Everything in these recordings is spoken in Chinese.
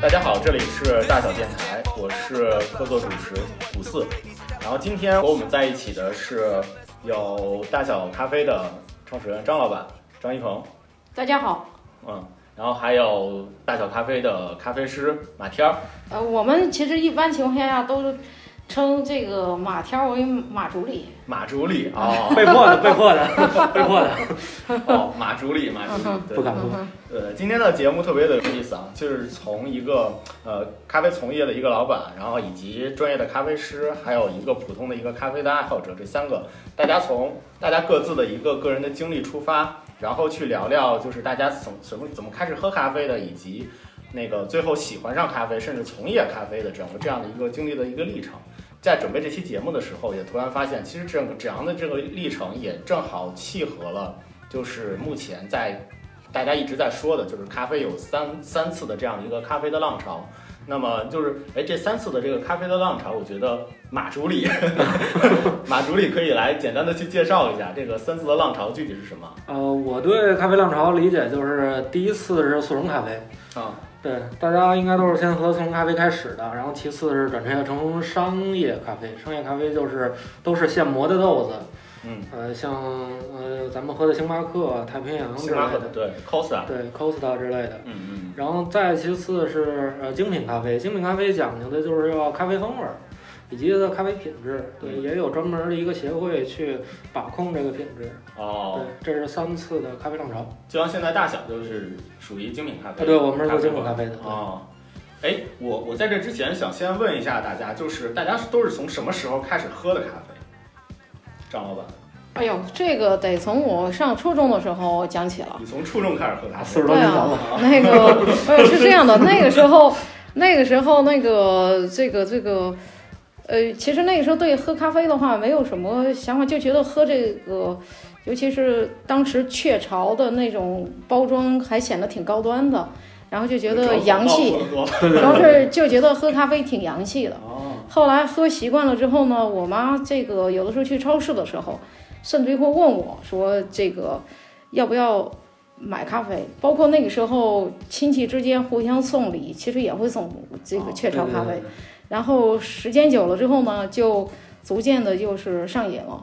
大家好，这里是大小电台，我是客座主持五四。然后今天和我们在一起的是有大小咖啡的创始人张老板张一鹏，大家好，嗯，然后还有大小咖啡的咖啡师马天儿，呃，我们其实一般情况下都称这个马天为马主理，马助理 啊，被迫的，被迫的，被迫的，哦，马助理，马助理，对 不敢不嗯敢。哼，呃，今天的节目特别的有意思啊，就是从一个呃咖啡从业的一个老板，然后以及专业的咖啡师，还有一个普通的一个咖啡的爱好者，这三个，大家从大家各自的一个个人的经历出发，然后去聊聊就是大家从什么怎么开始喝咖啡的，以及那个最后喜欢上咖啡，甚至从业咖啡的整个这样的一个经历的一个历程。在准备这期节目的时候，也突然发现，其实整个这样的这个历程也正好契合了，就是目前在大家一直在说的，就是咖啡有三三次的这样一个咖啡的浪潮。那么就是，哎，这三次的这个咖啡的浪潮，我觉得马主理， 马主理可以来简单的去介绍一下这个三次的浪潮具体是什么呃，我对咖啡浪潮理解就是第一次是速溶咖啡，啊？对，大家应该都是先喝速溶咖啡开始的，然后其次是转变成商业咖啡，商业咖啡就是都是现磨的豆子，嗯，呃，像呃咱们喝的星巴克、太平洋之星类巴克的，对，Costa，嗯对，Costa 之类的。嗯然后再其次是呃精品咖啡，精品咖啡讲究的就是要咖啡风味儿，以及它的咖啡品质。对，嗯也有专门的一个协会去把控这个品质。嗯，哦，对，这是三次的咖啡浪潮。啊，就像现在大小就是属于精品咖啡，对，我们是做精馆品咖啡的。对哦，哎，我我在这之前想先问一下大家，就是大家都是从什么时候开始喝的咖啡？张老板，哎呦，这个得从我上初中的时候讲起啊了。你从初中开始喝咖四啡十？多年前了，啊那个，呃，是这样的，那个时候，那个时候，那个，这个，这个，呃，其实那个时候对喝咖啡的话没有什么想法，就觉得喝这个，尤其是当时雀巢的那种包装还显得挺高端的，然后就觉得洋气，喝得多 主要是就觉得喝咖啡挺洋气的。哦，后来喝习惯了之后呢，我妈这个有的时候去超市的时候，甚至于会问我说这个要不要买咖啡，包括那个时候亲戚之间互相送礼，其实也会送这个雀巢啊咖啡。哦对。对对然后时间久了之后呢，就逐渐的就是上瘾了。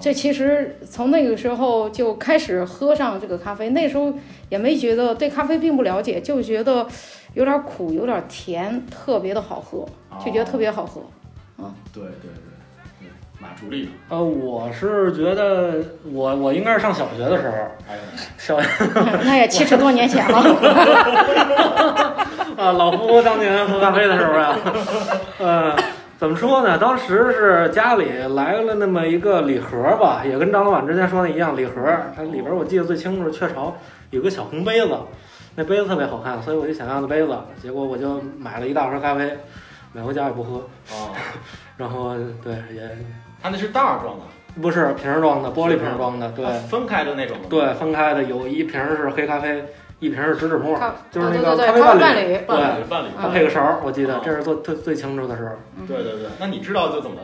这其实从那个时候就开始喝上这个咖啡，那时候也没觉得对咖啡并不了解，就觉得有点苦，有点甜，特别的好喝，哦就觉得特别好喝。哦对对对对，马助理，呃，我是觉得我我应该是上小学的时候，哎呀，小学 那也七十多年前 了。啊，老夫当年喝咖啡的时候呀，呃，怎么说呢？当时是家里来了那么一个礼盒吧，也跟张老板之前说的一样，礼盒。它里边我记得最清楚，雀巢有个小红杯子，那杯子特别好看，所以我就想要那杯子，结果我就买了一大盒咖啡，买回家也不喝，哦，然后对也他那是袋儿装的，不是瓶儿装的，玻璃瓶儿装的，对啊分开的那种的，对，分开的，有一瓶儿是黑咖啡，一瓶儿是植脂末，就是那对对个对咖啡咖啡伴伴侣对。伴侣伴侣它啊配个勺儿，我记得哦这是做最最清楚的时候，嗯对对对，那你知道就怎么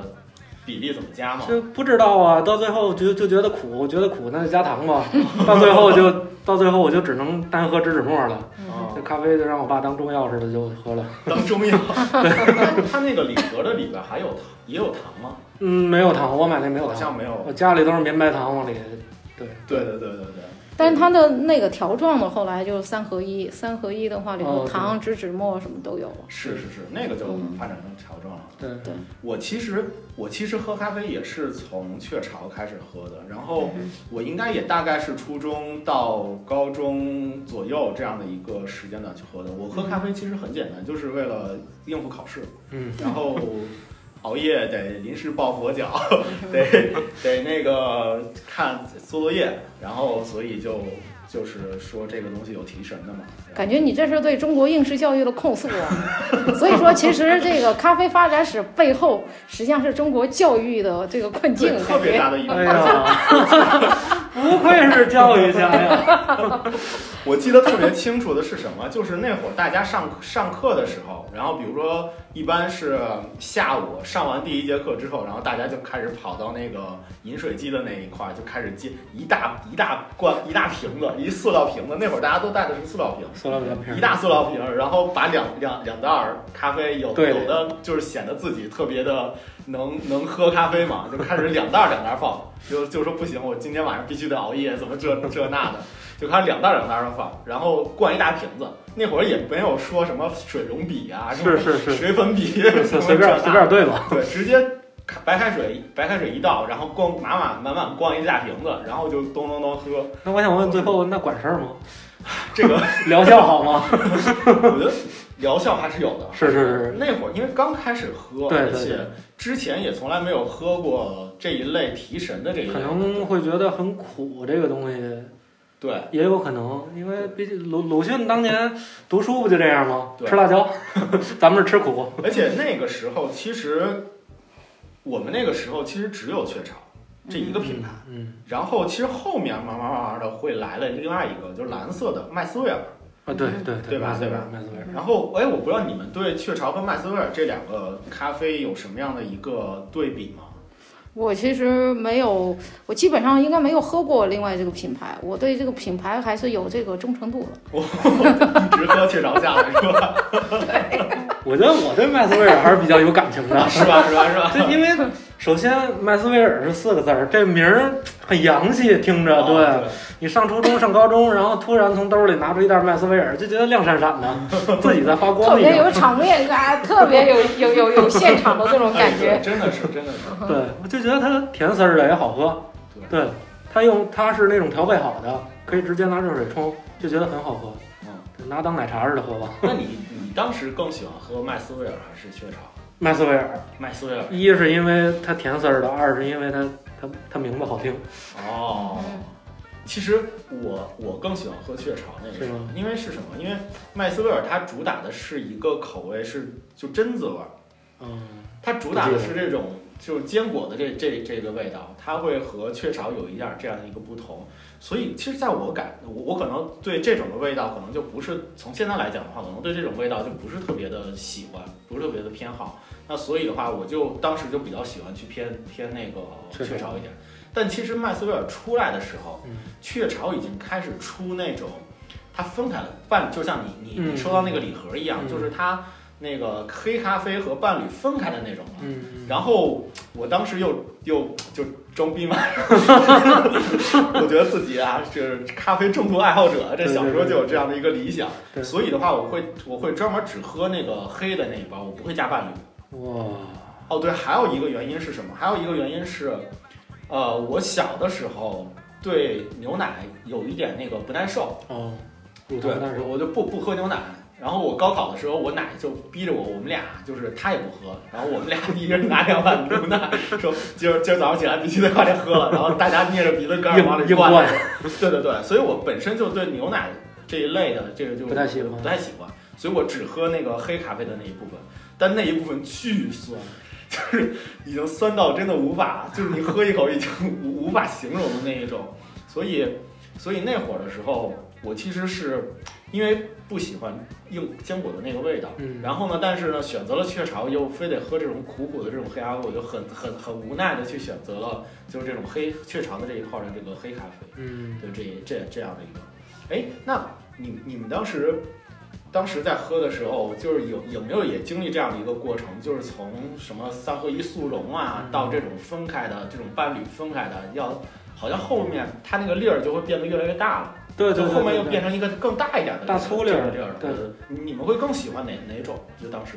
比例怎么加吗？就不知道啊，到最后就就觉得苦，觉得苦那就加糖吧，到最后就到最后我就只能单喝植脂末了，嗯哦这咖啡就让我爸当中药似的就喝了，当中 药，那它那个礼盒的里边还有糖，也有糖吗？嗯，没有糖，我买那没有好糖，像没有我。家里都是绵白糖往里，对，对对对对对。但是它的那个条状的后来就是三合一，三合一的话里头哦对糖、植脂末什么都有了。是是是，那个就发展成条状了。对我其实我其实喝咖啡也是从雀巢开始喝的，然哦后嗯我应该也大概是初中到高中左右这样的一个时间段去喝的。我喝咖啡其实很简单，就是为了应付考试，嗯，然后熬夜得临时抱佛 脚，得得那个看做作业，然后所以就就是说这个东西有提神的嘛。感觉你这是对中国应试教育的控诉啊！ 所以说，其实这个咖啡发展史背后，实际上是中国教育的这个困境对，，特感别觉大的一个哎呀，哎 不愧是教育家呀！我记得特别清楚的是什么，就是那会儿大家上上课的时候，然后比如说一般是下午上完第一节课之后，然后大家就开始跑到那个饮水机的那一块儿，就开始接一大一大罐一大瓶子，一塑料瓶子。那会儿大家都带的是塑料瓶。塑料比较便一宜，大塑料瓶儿，然后把两两两袋儿咖啡，有对有的就是显得自己特别的能能喝咖啡嘛，就开始两袋儿两袋儿放，就就说不行，我今天晚上必须得熬夜，怎么这这那的，就开始两袋儿两袋的放，然后灌一大瓶子。那会儿也没有说什么水溶笔啊，什么是是是，水粉笔，什随么随这便随那便对吧？对，直接开白开水白开水一倒，然后光满满满满灌一大瓶子，然后就咚咚咚喝。那我想问，最后那管事儿吗？这个 疗效好吗？我觉得疗效 还是有的。是是那会儿因为刚开始喝，对而对对且之前也从来没有喝过这一类提神的这一是，类可，能会觉得很苦，这个东西对，也有可能，因为毕竟鲁鲁迅当年读书不就这样吗？对吃辣椒， 咱们是吃苦，而且那个时候其实我们那个时候其实只有雀巢这一个品牌，嗯，然后其实后面慢慢慢慢的会来了另外一个就是蓝色的麦斯威尔，嗯啊，对对对吧麦穗对味吧儿，麦穗味儿，然后哎，我不知道你们对雀巢和麦斯威尔这两个咖啡有什么样的一个对比吗？ 我其实没有，我基本上应该没有喝过另外这个品牌，我对这个品牌还是有这个忠诚度的。一直喝雀巢下来是吧？，我觉得我对麦穗味儿还是比较有感情 的是吧？是吧？是吧？这因为首先麦穗威尔是四个字儿，这名儿很洋气，听着，啊对、哦你上初中、上高中，然后突然从兜里拿出一袋麦斯威尔，就觉得亮闪闪的，自己在发特光一别有样。场 面感，特别有有有 有现场的这种对感哎觉。对真的是真的是。啊对，我就觉得它甜丝儿的也好喝。对，它用它是那种调配好的，可以直接拿热水冲，就觉得很好喝。嗯对拿当奶茶似的喝吧。 那你你当时更喜欢喝麦斯威尔还是雀巢？麦斯威尔，麦斯威尔。一是因为它甜丝儿的，二是因为它它它名字好听，哦。其实我我更喜欢喝雀巢那个是吗，因为是什么？因为麦斯威尔它主打的是一个口味是就榛子味儿，嗯，它主打的是这种就是坚果的这这这个味道，它会和雀巢有一样这样的一个不同。所以其实在我感我我可能对这种的味道可能就不是从现在来讲的话，可能对这种味道就不是特别的喜欢，不是特别的偏好。那所以的话，我就当时就比较喜欢去偏偏那个雀巢雀巢一点。但其实麦斯威尔出来的时候，嗯雀巢已经开始出那种，它分开了伴，就像你你你嗯收到那个礼盒一样，嗯就是它那个黑咖啡和伴侣分开的那种了。嗯，然后我当时又又就装逼嘛， 我觉得自己啊，就是咖啡重度爱好者，这小时候就有这样的一个理想，对所以的话，我会我会专门只喝那个黑的那一包，我不会加伴侣。哇，哦，对，还有一个原因是什么？还有一个原因是，呃，我小的时候对牛奶有一点那个不耐受，哦，乳对糖但是，我就不不喝牛奶。然后我高考的时候，我奶就逼着我，我们俩就是她也不喝，然后我们俩一人拿两碗牛奶，说今儿今儿早上起来必须得把这喝了，然后大家捏着鼻子盖儿往硬里硬灌。灌，对对对，所以我本身就对牛奶这一类的这个就不太喜欢不太喜欢，所以我只喝那个黑咖啡的那一部分，但那一部分巨酸， 就是已经酸到真的无法，就是你喝一口已经无无法形容的那一种。所以，所以那会儿的时候，我其实是因为不喜欢硬坚果的那个味道。嗯，然后呢？但是呢，选择了雀巢，又非得喝这种苦苦的这种黑咖啡，我就很很很无奈的去选择了，就是这种黑雀巢的这一块的这个黑咖啡。嗯，对，这这这样的一个，哎，那你你们当时当时在喝的时候，就是有有没有也经历这样的一个过程？就是从什么三合一速溶啊，嗯到这种分开的这种伴侣分开的，要好像后面它那个粒儿就会变得越来越大了，对对对，就后面又对变成一个更大一点的大粗粒儿这个粒儿了。对呃，你们会更喜欢哪哪种？就当时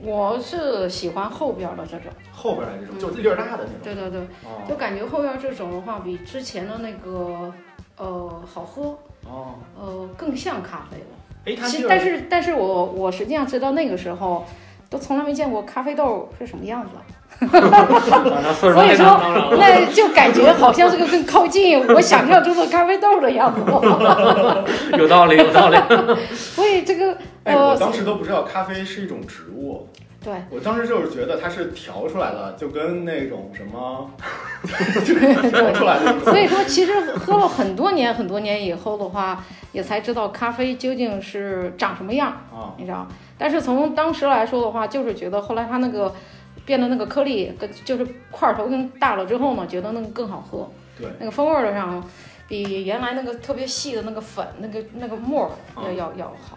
我是喜欢后边的这种，后边的这种，嗯就是粒儿大的那种。对对对，就哦感觉后边这种的话比之前的那个呃好喝，哦，呃更像咖啡了。哎，它其粒但儿是但是我我实际上直到那个时候都从来没见过咖啡豆是什么 样子。反正岁数所以太说大，当然了，那就感觉好像是个更靠近我想象中的咖啡豆的样 子， 有道理，有道理。所以这个哎，我当呃，时都不知道咖啡是一种植物。 对， 我当时就是觉得它是调出来的，就跟那种什么说出来就不错所以说，其实喝了很多年、很多年以后的话，也才知道咖啡究竟是长什么样，啊，你知道？但是从当时来说的话，就是觉得后来它那个变得那个颗粒跟就是块儿头更大了之后呢，觉得那个更好喝，对，那个风味儿上比原来那个特别细的那个粉、那个那个沫儿要要要好。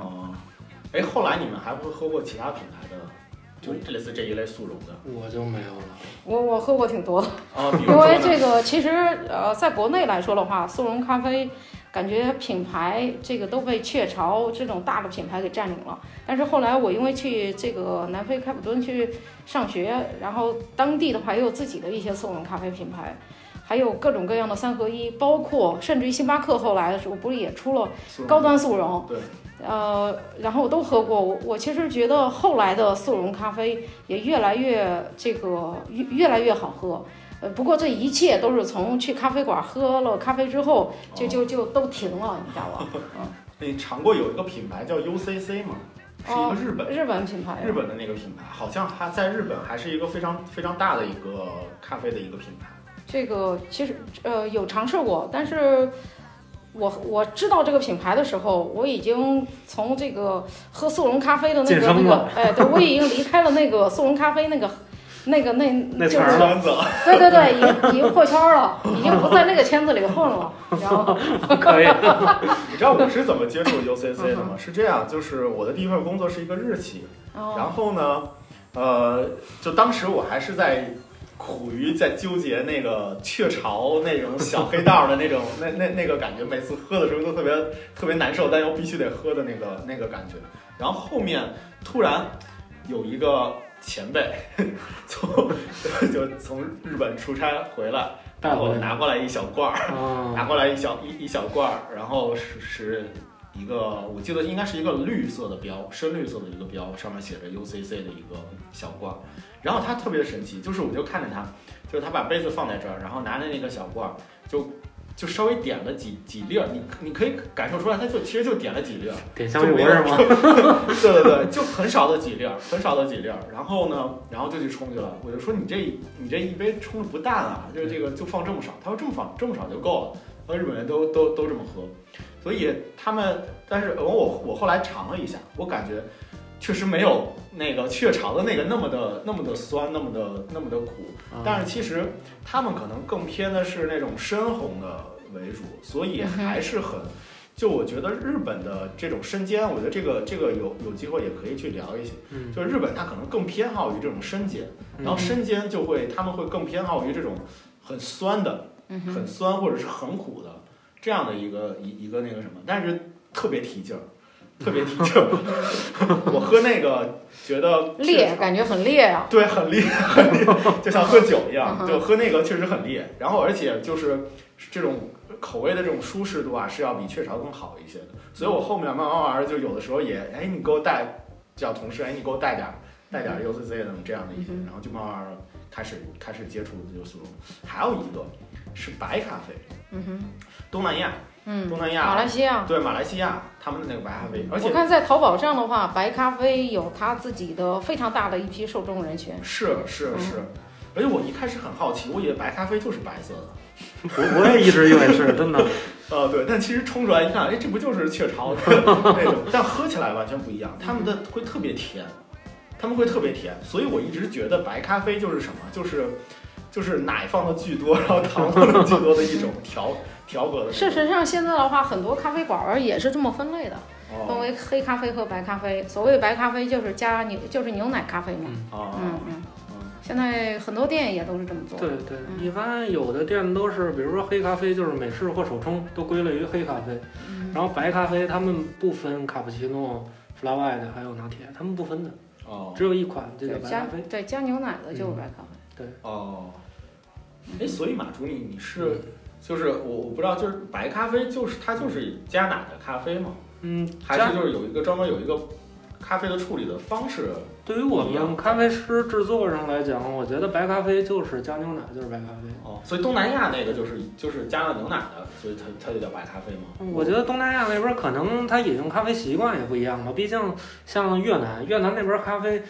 哦，哎，后来你们还不是喝过其他品牌的，就类似这一类速溶的我就没有了。 我我喝过挺多的，啊？比如因说为呢这个其实呃，在国内来说的话，速溶咖啡感觉品牌这个都被雀巢这种大的品牌给占领了。但是后来我因为去这个南非开普敦去上学，然后当地的话也有自己的一些速溶咖啡品牌。还有各种各样的三合一，包括甚至于星巴克后来的时候，不是也出了速溶高端速溶？对，呃，然后我都喝过，我我其实觉得后来的速溶咖啡也越来越这个越越来越好喝。呃，不过这一切都是从去咖啡馆喝了咖啡之后，就就就都停了，你知道吧？ 你尝过有一个品牌叫 UCC 吗？是一个哦日本日本品牌，日本的那个品牌，好像还在日本还是一个非常非常大的一个咖啡的一个品牌。这个其实呃有尝试过，但是我我知道这个品牌的时候，我已经从这个喝速溶咖啡的那晋个升那个了，哎，对，我已经离开了那个速溶咖啡那个那个那那就词儿是了圈子，对对对，已经已经破圈 儿了，已经不在那个圈子里混了，你知道吗？可以，你知道 我是怎么接触 UCC 的吗？是这样，就是我的第一份工作是一个日企，哦，然后呢，呃，就当时我还是在苦于在纠结那个雀巢那种小黑道的那种 那那那个感觉，每次喝的时候都特别特别难受，但又必须得喝的那个那个感觉。然后后面突然有一个前辈 从就从日本出差回来，带然回后来拿过来一小罐儿。拿啊，过来一小一一小罐儿，然后是是一个，我记得应该是一个绿色的标，深绿色的一个标，上面写着 UCC 的一个小罐儿。然后它特别神奇，就是我就看着它，就是它把杯子放在这儿，然后拿着那个小罐儿，就就稍微点了几几粒儿，你你可以感受出来，它就其实就点了几粒儿，点香芋不是吗？ 对对对，就很少的几粒儿，很少的几粒儿。然后呢，然后就去冲去了。我就说你这你这一杯冲的不淡啊，就是这个就放这么少。他说这么放这么少就够了。他说日本人都都都这么喝，所以他们，但是呃我我后来尝了一下，我感觉确实没有那个雀巢的那个那么的那么的酸，那么的那么的苦。啊但是其实他们可能更偏的是那种深红的为主，所以嗯还是很。就我觉得日本的这种生煎，我觉得这个这个有有机会也可以去聊一些。嗯，就日本它可能更偏好于这种生煎，嗯然后生煎就会他们会更偏好于这种很酸的、嗯哼很酸或者是很苦的这样的一个一一个那个什么，但是特别提劲儿，特别提劲儿。 我喝那个觉得烈，感觉很烈啊呀、对，很烈，很烈，就像喝酒一样，嗯哼就喝那个确实很烈。然后而且就是这种口味的这种舒适度啊，是要比雀巢更好一些的。所以我后面慢慢慢慢就有的时候也，哎，你给我带叫同事，哎，你给我带点儿带点儿 UCC 的这样的一些，嗯哼然后就慢慢开始开始接触就速溶。还有一个是白咖啡，嗯哼，东南亚，嗯，东南马亚来西亚。对马来西亚他们的那个白咖啡，而且我看在淘宝上的话，白咖啡有它自己的非常大的一批受众人群。是是嗯是，而且我一开始很好奇，我以为白咖啡就是白色的。我我也一直以为 是真的，呃，对，但其实冲出来一看，哎，这不就是雀巢的那种？但喝起来完全不一样，他们的会特别甜，他们会特别甜，所以我一直觉得白咖啡就是什么，就是就是奶放的巨多，然后糖放的巨多的一种调调和的。事实上，现在的话，很多咖啡馆儿也是这么分类的，分哦为黑咖啡和白咖啡。所谓白咖啡就是加牛，就是牛奶咖啡嘛。哦嗯嗯，现在很多店也都是这么做。对对，一般有的店都是，比如说黑咖啡就是美式或手冲，都归类于黑咖啡，嗯，然后白咖啡他们不分卡布奇诺、f l a white 还有拿铁，他们不分的，哦只有一款这个对白加咖啡。对加牛奶的嗯就是白咖啡。哦，哎，所以马助理，你是就是我我不知道，就是白咖啡就是它就是加奶的咖啡吗？嗯，还加是就是有一个专门有一个咖啡的处理的方式？对于我不一样们咖啡师制作上来讲，我觉得白咖啡就是加牛奶就是白咖啡。哦，所以东南亚那个就是就是加了牛奶的，所以它它就叫白咖啡吗？我觉得东南亚那边可能他饮用咖啡习惯也不一样吧，毕竟像越南，越南那边咖啡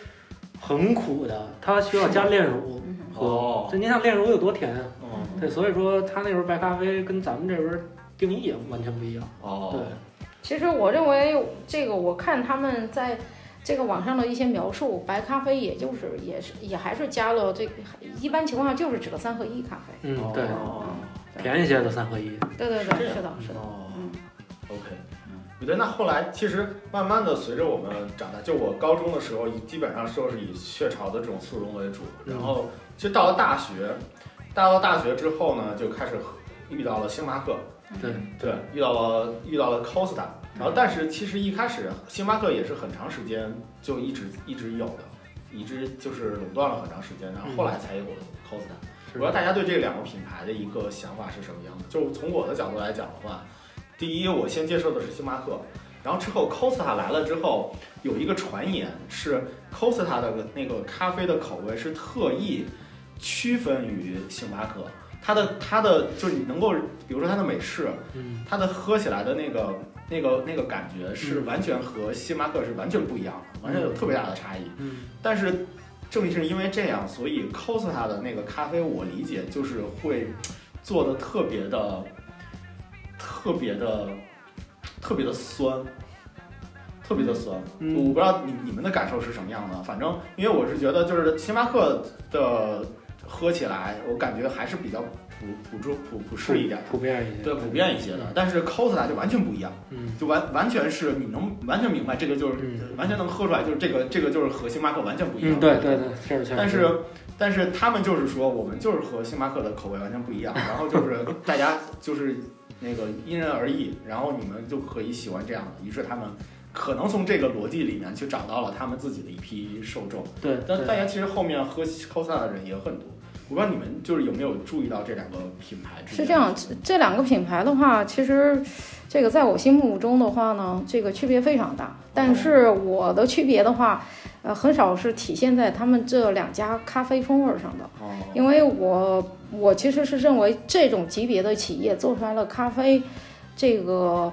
很苦的，它需要加炼乳。嗯哼。喝。哦，这你想炼乳有多甜啊？嗯，对，所以说它那边白咖啡跟咱们这边定义也完全不一样。哦，对，其实我认为这个，我看他们在这个网上的一些描述，白咖啡也就是也是也还是加了这个，一般情况下就是指个三合一咖啡。嗯，对，哦便宜些的三合一。对对是这对，样是的，是的。哦嗯，OK，嗯，对，那后来其实慢慢的随着我们长大，就我高中的时候，基本上都是以雀巢的这种速溶为主，嗯然后其实到了大学，到了大学之后呢，就开始喝遇到了星巴克，对，嗯对，遇到了遇到了 Costa，然后但是其实一开始星巴克也是很长时间就一直一直有的，一直就是垄断了很长时间，然后后来才有 Costa。是我不知道大家对这两个品牌的一个想法是什么样的？就从我的角度来讲的话，第一，我先接受的是星巴克，然后之后 Costa 来了之后，有一个传言是 Costa 的那个咖啡的口味是特意区分于星巴克，它的它的就是你能够，比如说它的美式，嗯，它的喝起来的那个、那个、那个感觉是完全和星巴克是完全不一样的，完全有特别大的差异。嗯，但是正是因为这样，所以 Costa 的那个咖啡，我理解就是会做的特别的、特别的、特别的酸。特别的酸，嗯我不知道你你们的感受是什么样的。反正因为我是觉得，就是星巴克的喝起来，我感觉还是比较普普中普普适一点的，普遍一些。对，普遍一些的。但是 Costa 就完全不一样，嗯，就完完全是你能完全明白这个就是、嗯完全能喝出来，就是这个这个就是和星巴克完全不一样。嗯，对对。对，确实确实。但是但是他们就是说我们就是和星巴克的口味完全不一样，然后就是大家就是那个因人而异，然后你们就可以喜欢这样的。于是他们可能从这个逻辑里面去找到了他们自己的一批受众。对，对但大家其实后面喝 Costa 的人也很多。我不知道你们就是有没有注意到这两个品牌之间是这样，这这两个品牌的话，其实这个在我心目中的话呢，这个区别非常大。但是我的区别的话，呃，很少是体现在他们这两家咖啡风味儿上的，哦，因为我我其实是认为这种级别的企业做出来了咖啡，这个。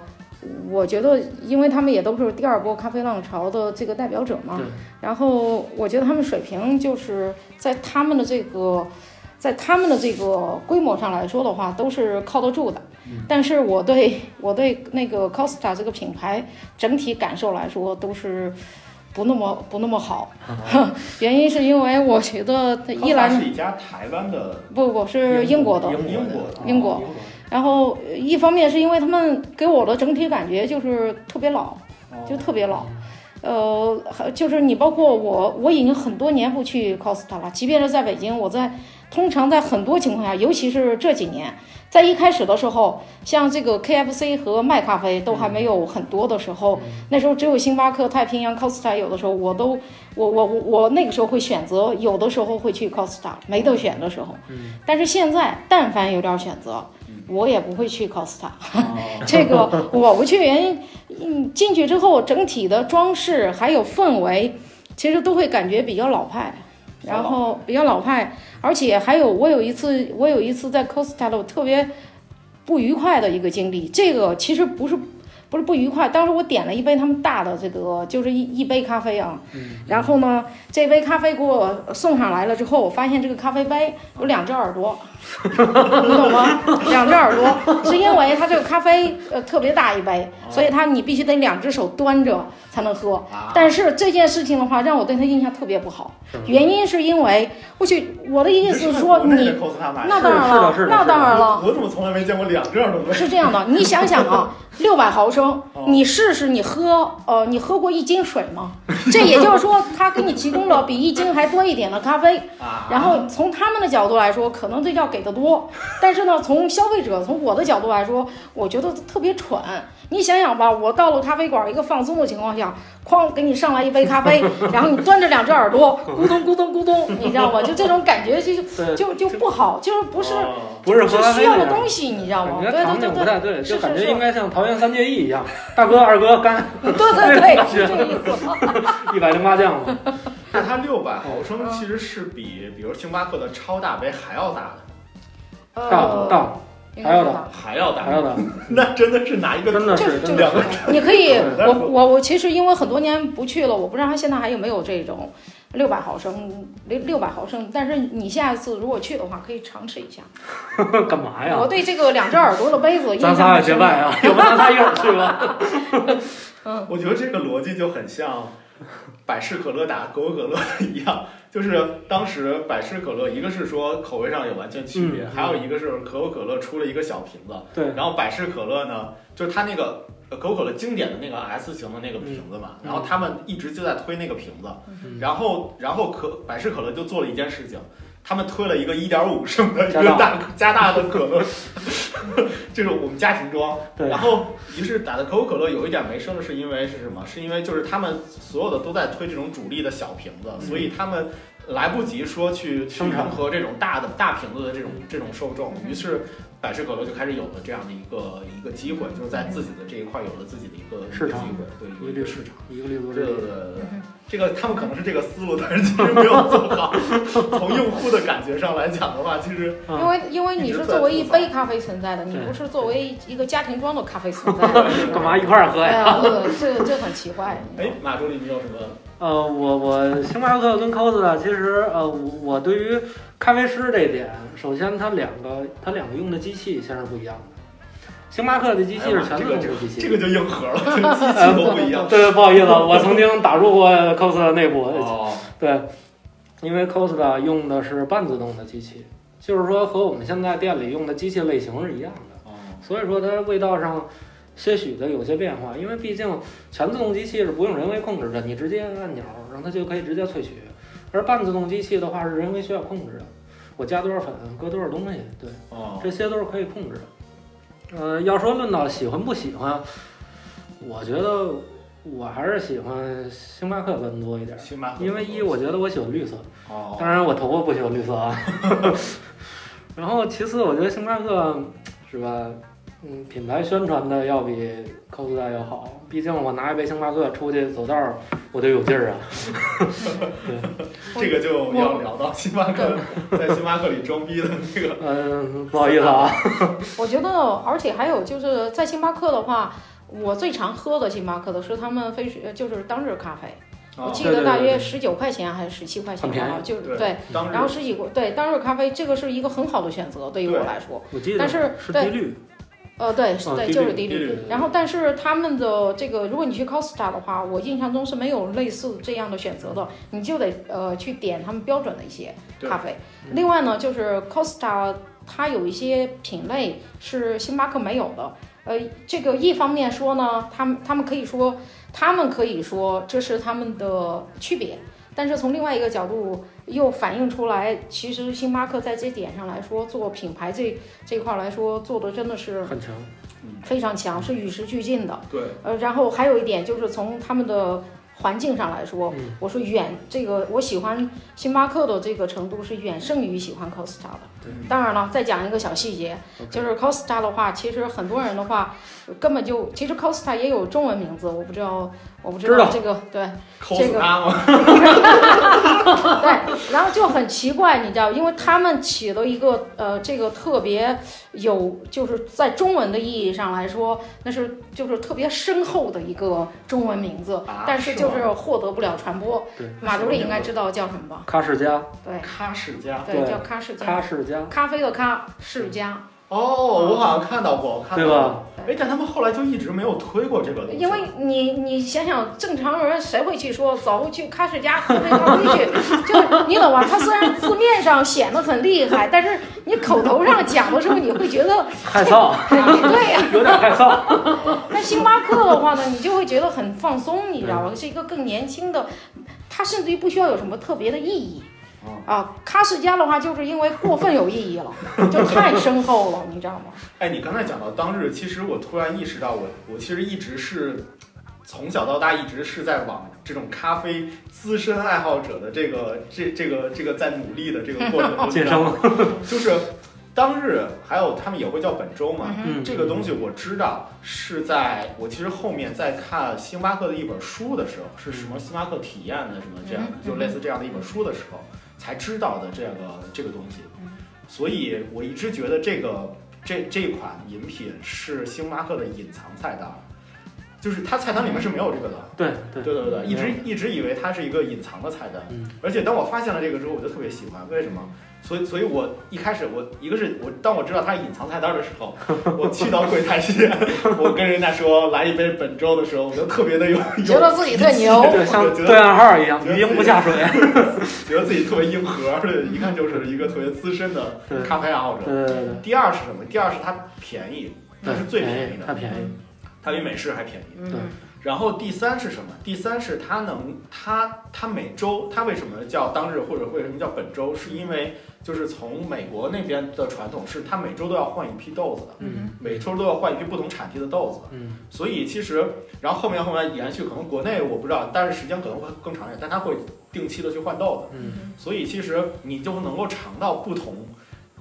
我觉得，因为他们也都是第二波咖啡浪潮的这个代表者嘛，对，然后我觉得他们水平就是在他们的这个，在他们的这个规模上来说的话，都是靠得住的。但是我对我对那个 Costa 这个品牌整体感受来说，都是不那么不那么好。 原因是因为我觉得它一 Costa 来是一家台湾 的不不是英国的，英英国国的英国然后呃一方面是因为他们给我的整体感觉就是特别老，就特别老。呃，还就是你包括我，我已经很多年不去 Costa 了，即便是在北京，我在通常在很多情况下，尤其是这几年，在一开始的时候，像这个 KFC 和麦咖啡都还没有很多的时候，那时候只有星巴克、太平洋、Costa 有的时候，我都我我我我那个时候会选择，有的时候会去 Costa，没得选的时候。嗯、但是现在，但凡有点选择嗯，我也不会去 Costa。哦这个我不去原因，嗯，进去之后整体的装饰还有氛围，其实都会感觉比较老派，然后比较老派，而且还有我有一次我有一次在 Costa 的我特别不愉快的一个经历，这个其实不是。不是不愉快，当时我点了一杯他们大的这个，就是一一杯咖啡啊，然后呢，这杯咖啡给我送上来了之后，我发现这个咖啡杯有两只耳朵，你懂吗？两只耳朵，是因为它这个咖啡呃特别大一杯，所以它你必须得两只手端着才能喝。啊，但是这件事情的话，让我对他印象特别不好是吗，原因是因为我去我的意思是说你是在你国内的 Costa 买的那当然啊是的了是的，那当然了。我我怎么从来没见过两这样的东西？是这样的，你想想啊， 六百毫升，哦你试试你喝，呃，你喝过一斤水吗？这也就是说，他给你提供了比一斤还多一点的咖啡，啊，然后从他们的角度来说，可能这叫给的多，但是呢，从消费者从我的角度来说，我觉得特别蠢。你想想吧，我到了咖啡馆一个放松的情况下，哐给你上来一杯咖啡，然后你端着两只耳朵，咕咚咕咚咕咚，你知道吗？就这种感觉就对，就就不好，就是不是哦不是不喝是咖需啡要的那样东西，你知道吗？对感觉场对对景不对太对，是就是感是觉应该像桃园三结义一样，大哥二哥干对对对，是这个意思。一百零八将嘛。那它六百毫嗯升其实是比比如星巴克的超大杯还要大的。大呃，大应还该有是的吧？还要还打，有的，那真的是拿一个真的就是是真两的个是， 你可以，对我我我其实因为很多年不去了，我不知道他现在还有没有这种六百毫升六六百毫升，但是你下一次如果去的话，可以尝试一下。干嘛哎呀我？对这个两只耳朵的杯子印咱象仨也很结深拜刻。啊，要不咱仨一会儿去吧？ 我觉得这个逻辑就很像百事可乐打可口可乐一样，就是当时百事可乐，一个是说口味上有完全区别，嗯还有一个是可口可乐出了一个小瓶子，对，然后百事可乐呢，就是它那个呃可口可乐经典的那个 S 型的那个瓶子嘛，嗯然后他们一直就在推那个瓶子，嗯然后然后可百事可乐就做了一件事情，他们推了一个1.5升的一加个大大加大的可乐， 就是我们家庭装。对然后于是打的可口可乐有一点没声的是因为是什么？是因为就是他们所有的都在推这种主力的小瓶子，嗯所以他们。来不及说去去生产迎合这种大的大瓶子的这种这种受众，嗯于是百事可乐就开始有了这样的一个一个机会，就是在自己的这一块有了自己的一个市场一个机会，对，有一个市场。一个立足对之对地对。对对，嗯这个他们可能是这个思路，但是其实没有做好。从用户的感觉上来讲的话，其实啊因为因为你是作为一杯咖啡存在的，你对不是作为一个家庭装的咖啡存在的。干嘛一块儿喝哎呀？呀，这这这很奇怪。哎，马助理你有什么？呃，我我星巴克跟 Costa 其实呃，我我对于咖啡师这一点，首先它两个它两个用的机器先是不一样的。星巴克的机器是全自动的机器，这个就硬核了，这个机器都不一样。对对，不好意思，我曾经打入过 Costa 内部，哦，对，因为 Costa 用的是半自动的机器，就是说和我们现在店里用的机器类型是一样的。哦，所以说它味道上些许的有些变化，因为毕竟全自动机器是不用人为控制的，你直接按钮，然后它就可以直接萃取，而半自动机器的话是人为需要控制的，我加多少粉，搁多少东西，对，哦，这些都是可以控制的。呃，要说论到喜欢不喜欢，我觉得我还是喜欢星巴克更多一点儿，星巴克。因为一我觉得我喜欢绿色，哦，当然我头发不喜欢绿色啊。 然后其次，我觉得星巴克是吧，嗯，品牌宣传的要比 Costa 要好，毕竟我拿一杯星巴克出去走道儿，我就有劲儿啊。这个就要聊到星巴克， 在星巴克里装逼的那 个。嗯、不好意思啊，我觉得，而且还有就是在星巴克的话，我最常喝的星巴克的是他们非呃就是当日咖啡，我哦记对啊对得对大约对十九块钱还是十七块钱很便宜吧，就是对对。当然后时十几块，对当日咖啡这个是一个很好的选择，对于我对来说，我记得但是是对低绿，呃，对啊对，低就绿是低低率。绿然后，但是他们的这个，如果你去 Costa 的话，我印象中是没有类似这样的选择的，你就得呃去点他们标准的一些对咖啡嗯。另外呢，就是 Costa 它有一些品类是星巴克没有的。呃，这个一方面说呢，他们他们可以说，他们可以说这是他们的区别，但是从另外一个角度又反映出来，其实星巴克在这点上来说，做品牌这这块儿来说做的真的是很强。非常强，是与时俱进的。对，呃，然后还有一点就是从他们的环境上来说，嗯我说远这个我喜欢星巴克的这个程度是远胜于喜欢 Costa 的。对当然了，再讲一个小细节嗯 OK 就是 Costa 的话，其实很多人的话呃根本就其实 Costa 也有中文名字，我不知道，我不知知道道这个对。抠死他嘛。对，然后就很奇怪，你知道，因为他们起了一个呃，这个特别有，就是在中文的意义上来说，那是就是特别深厚的一个中文名字，啊但是就是获得不了传播。对马助理应该知道叫什么吧？咖世家，对，咖世家。对，啊对叫咖世家，咖世家，咖啡的咖，世家，哦，我好像看到过，我看到对过。吧？哎，但他们后来就一直没有推过这个东西。因为你你想想，正常人谁会去说走去咖世家喝杯咖啡去？ 就是你懂吧？他虽然字面上显得很厉害，但是你口头上讲的时候，你会觉得害臊， 对呀、有点 害臊。那星巴克的话呢，你就会觉得很放松，你知道吧？是一个更年轻的，它甚至于不需要有什么特别的意义哦。啊，咖世家的话，就是因为过分有意 义了，就太深厚了，你知道吗？哎，你刚才讲到当日，其实我突然意识到我，我其实一直是从小到大一直是在往这种咖啡资深爱好者的这个这这个这个在努力的这个过程 中，晋升了，就是当日还有他们也会叫本周嘛。嗯嗯，这个东西我知道是在我其实后面在看星巴克的一本书的时候，是什么星巴克体验的什么这样嗯，就类似这样的一本书的时候才知道的这个这个东西嗯，所以我一直觉得这个这这款饮品是星巴克的隐藏菜单，就是它菜单里面是没有这个的。对对对对对，一直嗯一直以为它是一个隐藏的菜单，嗯而且当我发现了这个之后，我就特别喜欢。为什么？所以，所以我一开始我一个是我当我知道它隐藏菜单的时候，我去 到柜台前，我跟人家说来一杯本周的时候，我就特别的有觉得自己特 牛有对，像我觉得对暗号一样，觉得鱼鹰不下 水。觉得自己特别硬核，对，一看就是一个特别资深的对咖啡爱好者。对对对第二是什么？第二是它便宜，它对，是最便便宜的它，便宜。它比美式还便宜。对嗯，然后第三是什么？第三是它能，它它每周，它为什么叫当日或者为什么叫本周？是因为就是从美国那边的传统是，它每周都要换一批豆子的，嗯每周都要换一批不同产地的豆子。嗯所以其实，然后后面后面延续，可能国内我不知道，但是时间可能会更长一点，但它会定期的去换豆子。嗯，所以其实你就能够尝到不同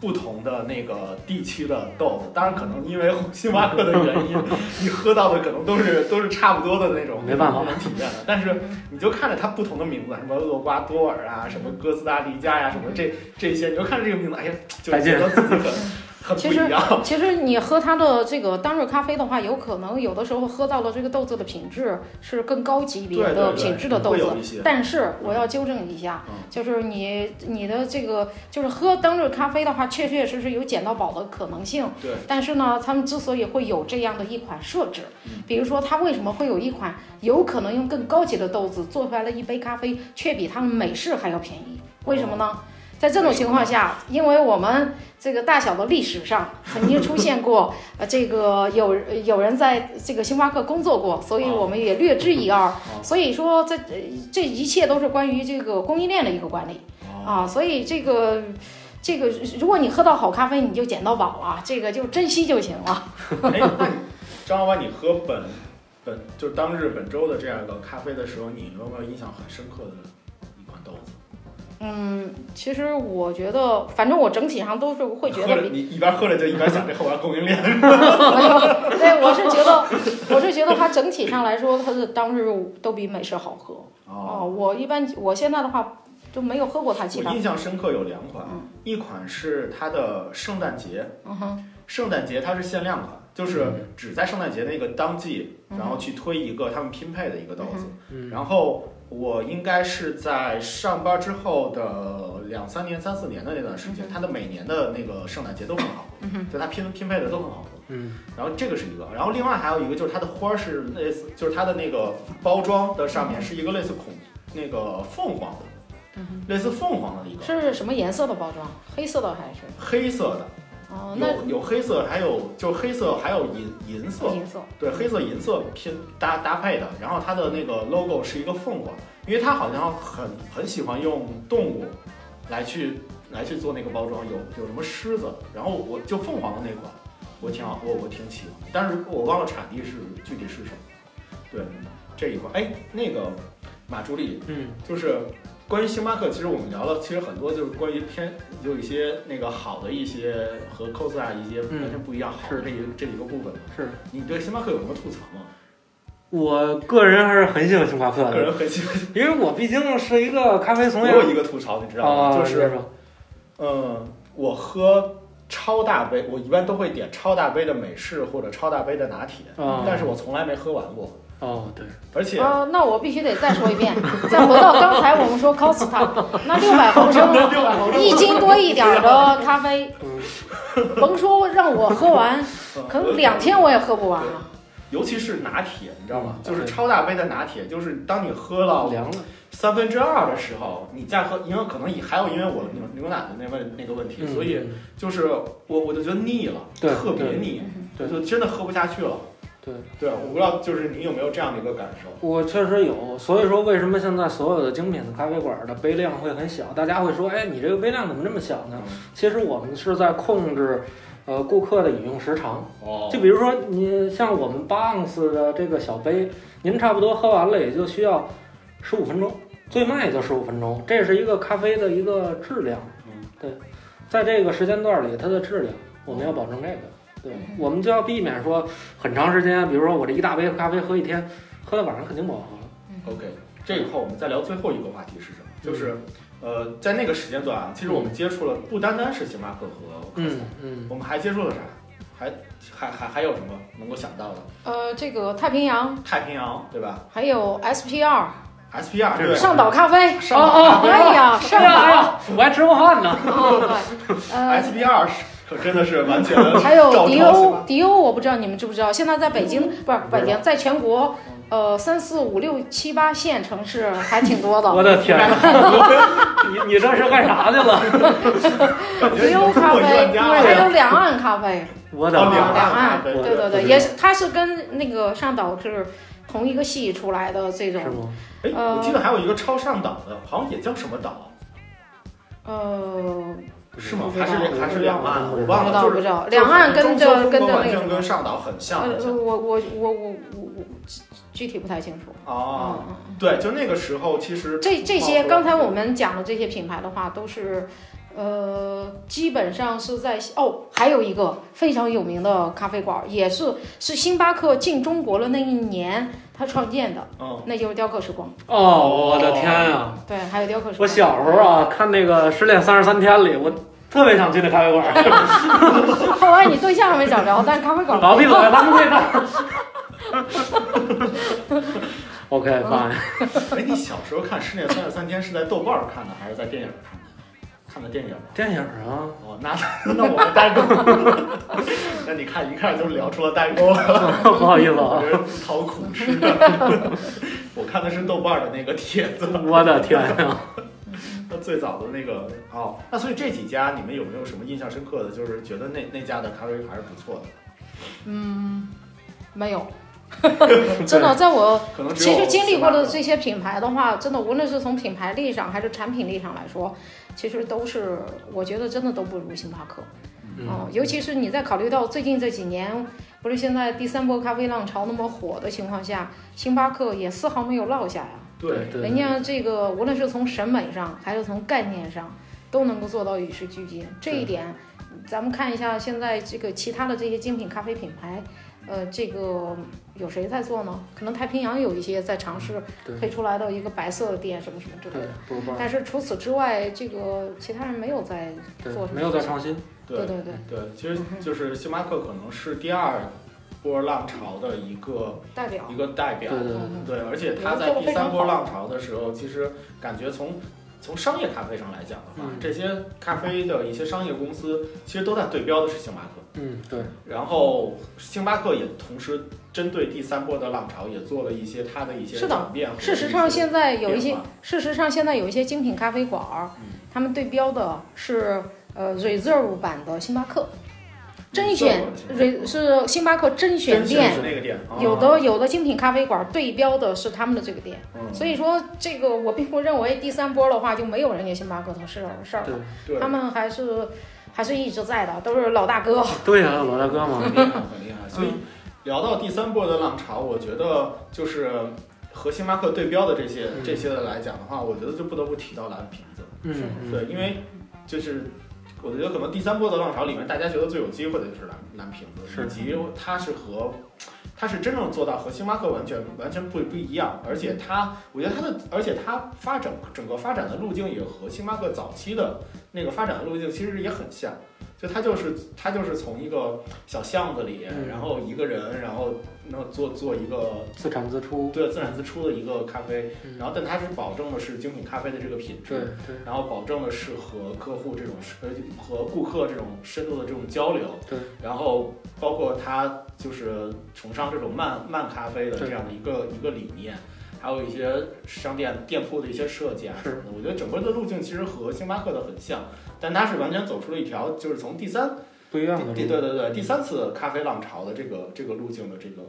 不同的那个地区的豆子。当然，可能因为星巴克的原因，你喝到的可能都是 都是差不多的那种，没办法能体验的。但嗯是你就看着它不同的名字，什么厄瓜多尔啊，什么哥斯达黎加呀、什么这这些，你就看着这个名字，哎呀，就再觉见得自己很很不其实一样。其实你喝它的这个当日咖啡的话，有可能有的时候喝到的这个豆子的品质是更高级别对对的对品质的豆会子有一些，但是我要纠正一下嗯，就是你你的这个就是喝当日咖啡的话，确确实实有捡到宝的可能性。对，但是呢，他们之所以会有这样的一款设置嗯，比如说它为什么会有一款有可能用更高级的豆子做出来的一杯咖啡，却比他们美式还要便宜，为什么呢？在这种情况下，因为我们这个大小的历史上曾经出现过，呃，这个有有人在这个星巴克工作过，所以我们也略知一二。所以说这呃这一切都是关于这个供应链的一个管理哦啊，所以这个。这个，如果你喝到好咖啡，你就捡到宝啊！这个就珍惜就行了。哎，那你张老板，你喝本本就是当日本周的这样一个咖啡的时候，你有没有印象很深刻的一款豆子？嗯，其实我觉得，反正我整体上都是会觉得喝着比，你一边喝着就一边想这后边供应链。对，我是觉得，我是觉得它整体上来说，它的当日都比美式好喝。 哦，哦，我一般我现在的话就没有喝过它其我他。印象深刻有两款嗯，一款是它的圣诞节，嗯哼，圣诞节它是限量款，就是只在圣诞节那个当季，嗯然后去推一个他们拼配的一个豆子。嗯然后我应该是在上班之后的两三年、三四年的那段时间嗯，哼它的每年的那个圣诞节都很好嗯喝，就它拼拼配的都很好喝。嗯然后这个是一个，然后另外还有一个就是它的花儿是类似，就是它的那个包装的上面是一个类似孔那个凤凰的，嗯哼，类似凤凰的一个是什么颜色的包装？黑色的还是？黑色的，哦，那有有黑色，还有就是黑色还有银银色，银色。对，黑色银色拼搭搭配的，然后它的那个 logo 是一个凤凰，因为它好像很很喜欢用动物来去来去做那个包装，有有什么狮子，然后我就凤凰的那款，我挺好，我我挺喜欢，但是我忘了产地是具体是什么。对，这一块，哎，那个马助理，嗯就是关于星巴克，其实我们聊了，其实很多就是关于偏有一些那个好的一些和 cos 啊一些嗯完全不一样好的这一个这一个部分。是。你对星巴克有什么吐槽吗？我个人还是很喜欢星巴克个的，人很喜欢。因为我毕竟是一个咖啡从我业呃有一个吐槽，你知道吗？啊，就是吧嗯，我喝超大杯，我一般都会点超大杯的美式或者超大杯的拿铁，啊，但是我从来没喝完过，哦对，而且。啊、那我必须得再说一遍，再回到刚才我们说 Costa 那六百毫升六百毫升一斤多一点儿的咖啡，嗯嗯甭说让我喝完，可能两天我也喝不完了。呃尤其是拿铁，你知道吗？嗯就是超大杯的拿铁，就是当你喝到凉了，三分之二的时候，你再喝，因为可能也还有因为我牛牛奶的那问那个问题，嗯所以就是我我就觉得腻了，对特别对腻，嗯对就真的喝不下去了。对。对，啊我不知道就是你有没有这样的一个感受？我确实有，所以说为什么现在所有的精品的咖啡馆的杯量会很小？大家会说，哎，你这个杯量怎么这么小呢？其实我们是在控制，呃，顾客的饮用时长。哦就比如说，你像我们八盎司的这个小杯，您差不多喝完了也就需要十五分钟，最慢也就十五分钟。这是一个咖啡的一个质量嗯，对，在这个时间段里，它的质量我们要保证这个。对，我们就要避免说很长时间，比如说我这一大杯咖啡喝一天，喝到晚上肯定饱和了。 OK，这一块我们再聊最后一个话题是什么？就是，呃，在那个时间段啊，其实我们接触了不单单是星巴克和可口可乐，嗯，我们还接触了啥？还还还还有什么能够想到的？呃，这个太平洋，太平洋对吧还有 SPR ？SPR 这对个上岛咖啡，上岛咖啡哎 呀，哎上呀哎岛，呀， 我还吃过饭呢。哦，对呃， SPR 是可真的是完 全还有照迪抄袭欧吧，迪欧，我不知道你们知不知道，现在在北京不是不知道北京，在全国，呃，三四五六七八线城市还挺 多的。 我的 天哪，啊你你这是干啥去了？ 感觉已迪经欧中咖国啡，一万家了还有两岸 咖啡，我的哦，妈！两两岸岸咖啡，啊对对对对，也是，它是跟那个上岛是同一个系出来的这是种，吗？哎，我记得还有一个超上岛的，好像也叫什么岛，呃，是吗？不知还道是还是两岸，我忘不了，知道啊就不是知道，就是两岸跟中着国跟着完那个全什么跟上岛很像，好呃，像我我我我我我具体不太清楚。哦，嗯，对，就那个时候其实这这哦些对刚才我们讲的这些品牌的话，都是，呃，基本上是在哦，还有一个非常有名的咖啡馆，也是是星巴克进中国的那一年他创建的，嗯，那就是雕刻时光。哦，我的天呀！对，还有雕刻时光。我小时候啊，看那个《失恋三十三天》里，我特别想去那咖啡馆。后来你对象还没找着，但是咖啡馆 老闭嘴，咱们这道。OK，fine。嗯哎，你小时候看《失恋三十三天》是在豆瓣儿看的，还是在电影儿看的？看的电影儿。电影啊， 哦，那 那我们代沟， 那你看一看就聊出了代沟了，不好意思我啊，觉得自讨苦吃。 我看的是豆瓣儿的那个帖子，我的天啊呀！那最早的那个哦，那所以这几家你们有没有什么印象深刻的？就是觉得那那家的咖啡还是不错的，嗯，没 有，真的，在我可能只其有实经历过的星这些品牌的话，真的无论是从品牌力上还是产品力上来说，其实都是我觉得真的都不如星巴克。嗯，哦尤其是你在考虑到最近这几年，不是现在第三波咖啡浪潮那么火的情况下，星巴克也丝毫没有落下呀。巴克对，对，人家这个无论是从审美上还是从概念上，都能够做到与时俱进。这一点，咱们看一下现在这个其他的这些精品咖啡品牌，呃，这个有谁在做呢？可能太平洋有一些在尝试嗯对推出来的一个白色的店什么什么之类对的，，不是不但是除此之外，这个其他人没有在做对，什么。没有在创新。对对对对，对，其实就是星巴克可能是第二波浪潮的一个代表。一个代表对，对对，嗯对，而且它在第三波浪潮的时候，其实感觉从从商业咖啡上来讲的话，嗯这些咖啡的一些商业公司其实都在对标的是星巴克，嗯，对，然后星巴克也同时针对第三波的浪潮也做了一些它的一些是的转变和一些事变化。实上，现在有一些嗯，事实上现在有一些精品咖啡馆儿，他们对标的是呃 Reserve 版的星巴克，甄选瑞 Re 是星巴克甄选选店是，那个店，啊有的有的精品咖啡馆儿对标的是他们的这个店，嗯所以说这个我并不认为第三波的话就没有人家星巴克的事儿事儿对了，对他们还是还是一直在的，都是老大哥。 对呀，老大哥嘛很，厉害，很厉害。所以聊到第三波的浪潮，我觉得就是和星巴克对标的这些嗯这些的来讲的话，我觉得就不得不提到蓝瓶子。嗯，嗯对，因为就是我觉得可能第三波的浪潮里面，大家觉得最有机会的就是蓝蓝瓶子，是以及它是和它是真正做到和星巴克完全完全不不一样，而且它我觉得它的而且它发展整个发展的路径也和星巴克早期的那个发展的路径其实也很像。就它就是它就是从一个小巷子里，嗯然后一个人，然后那做做一个自产自出。对自然自出的一个咖啡，嗯然后但它是保证的是精品咖啡的这个品质对，对然后保证的是和客户这种呃和顾客这种深度的这种交流，对，然后包括他就是崇尚这种慢慢咖啡的对这样的一个一个理念，还有一些商店店铺的一些设计啊是什么的，我觉得整个的路径其实和星巴克的很像，但它是完全走出了一条就是从第三不一样的。第对对对第三次咖啡浪潮的这个这个路径的这个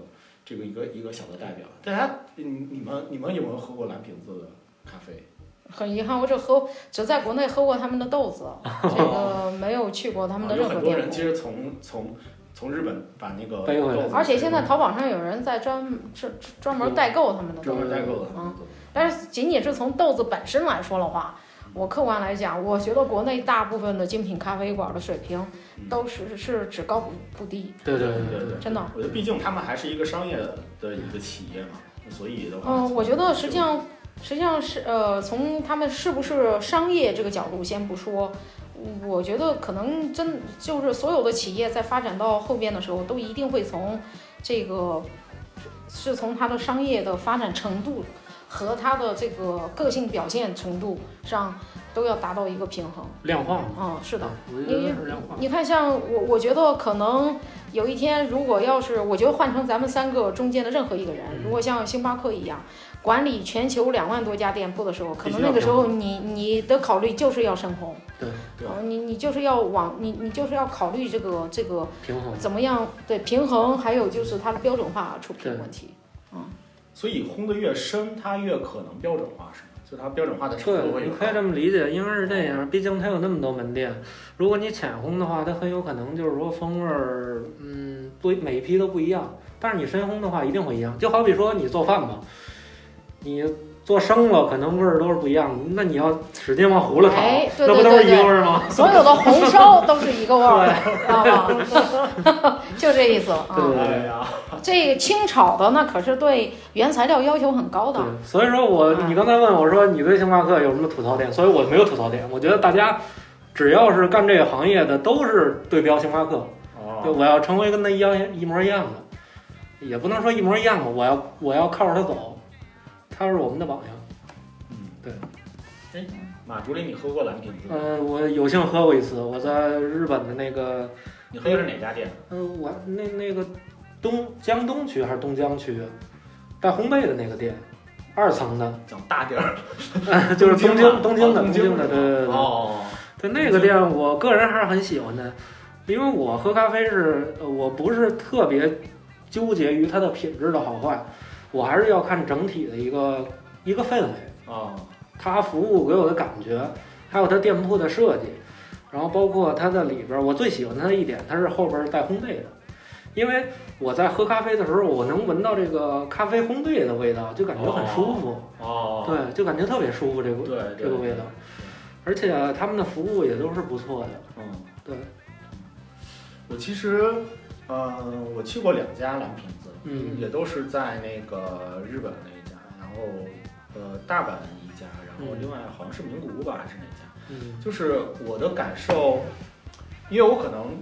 这个一个一个小的代表。大家你你们你们有没有喝过蓝瓶子的咖 啡？很遗憾，我只喝只在国内喝过他们的豆 子，这个没有去过他们的啊有任何很多店人其铺。实从从从日本把那个背回来豆子而且现在淘宝上有人在专专专门代购他们的专豆门子，代购的，嗯但是仅仅是从豆子本身来说的话，我客观来讲，我觉得国内大部分的精品咖啡馆的水平都是是只高不不低，对对对对对对对。真的。我觉得毕竟他们还是一个商业的一个企业嘛，所以的话，嗯，我觉得实际上实际上是呃，从他们是不是商业这个角度先不说，我觉得可能真就是所有的企业在发展到后边的时候，都一定会从这个是从它的商业的发展程度和它的这个个性表现程度上都要达到一个平衡。量化嘛，嗯，是的。我觉得是量化。你看，像我，我觉得可能有一天，如果要是我觉得换成咱们三个中间的任何一个人，嗯如果像星巴克一样管理全球两万多家店铺的时候，可必能须要那个时候这你你的考虑就是要深红，对对啊，你你就是要往你你就是要考虑这个这个平衡。怎么样对平衡，还有就是它的标准化出品对问题。所以烘得越深，它越可能标准化，是吗？就它标准化的程度对，会你越可以高。这么理解，应该是这样。毕竟它有那么多门店，如果你浅烘的话，它很有可能就是说风味儿，嗯，不，每一批都不一样。但是你深烘的话，一定会一样。就好比说你做饭吧，你做生了，可能味儿都是不一样。那你要使劲往糊了烤，哎对那不对都是对一个味儿 吗？所有的红烧都是一个味儿，知道吧？ 就这意思啊。对哎呀，这个清炒的那可是对原材料要求很高的。对，所以说我嗯你刚才问我说你对星巴克有什么吐槽点，所以我没有吐槽点。我觉得大家只要是干这个行业的，都是对标星巴克。就哦，我要成为跟他一样一模一样的，也不能说一模一样吧，我要我要靠着他走，他是我们的榜样。嗯，对。哎，马竹林，你喝过蓝瓶子吗？呃，我有幸喝过一次，我在日本的那个，你喝的是哪家店？呃，我那那个东江东区还是东江区，带烘焙的那个店，二层的，讲大点儿， 就是东京东京的哦东京的东京京的的，对对对对。哦，对那个店，我个人还是很喜欢的，因为我喝咖啡是，呃我不是特别纠结于它的品质的好坏，我还是要看整体的一个一个氛围，哦，它服务给我的感觉，还有它店铺的设计，然后包括它的里边儿，我最喜欢它的一点，它是后边儿带烘焙的，因为我在喝咖啡的时候，我能闻到这个咖啡烘焙的味道，就感觉很舒服，哦，对，就感觉特别舒服这个对对，这个味道，而且他们的服务也都是不错的。嗯，对，我其实，呃，我去过两家蓝瓶子，嗯也都是在那个日本那一家，然后呃大阪一家，然后嗯另外好像是名古屋吧，还是哪家？嗯就是我的感受，因为我可能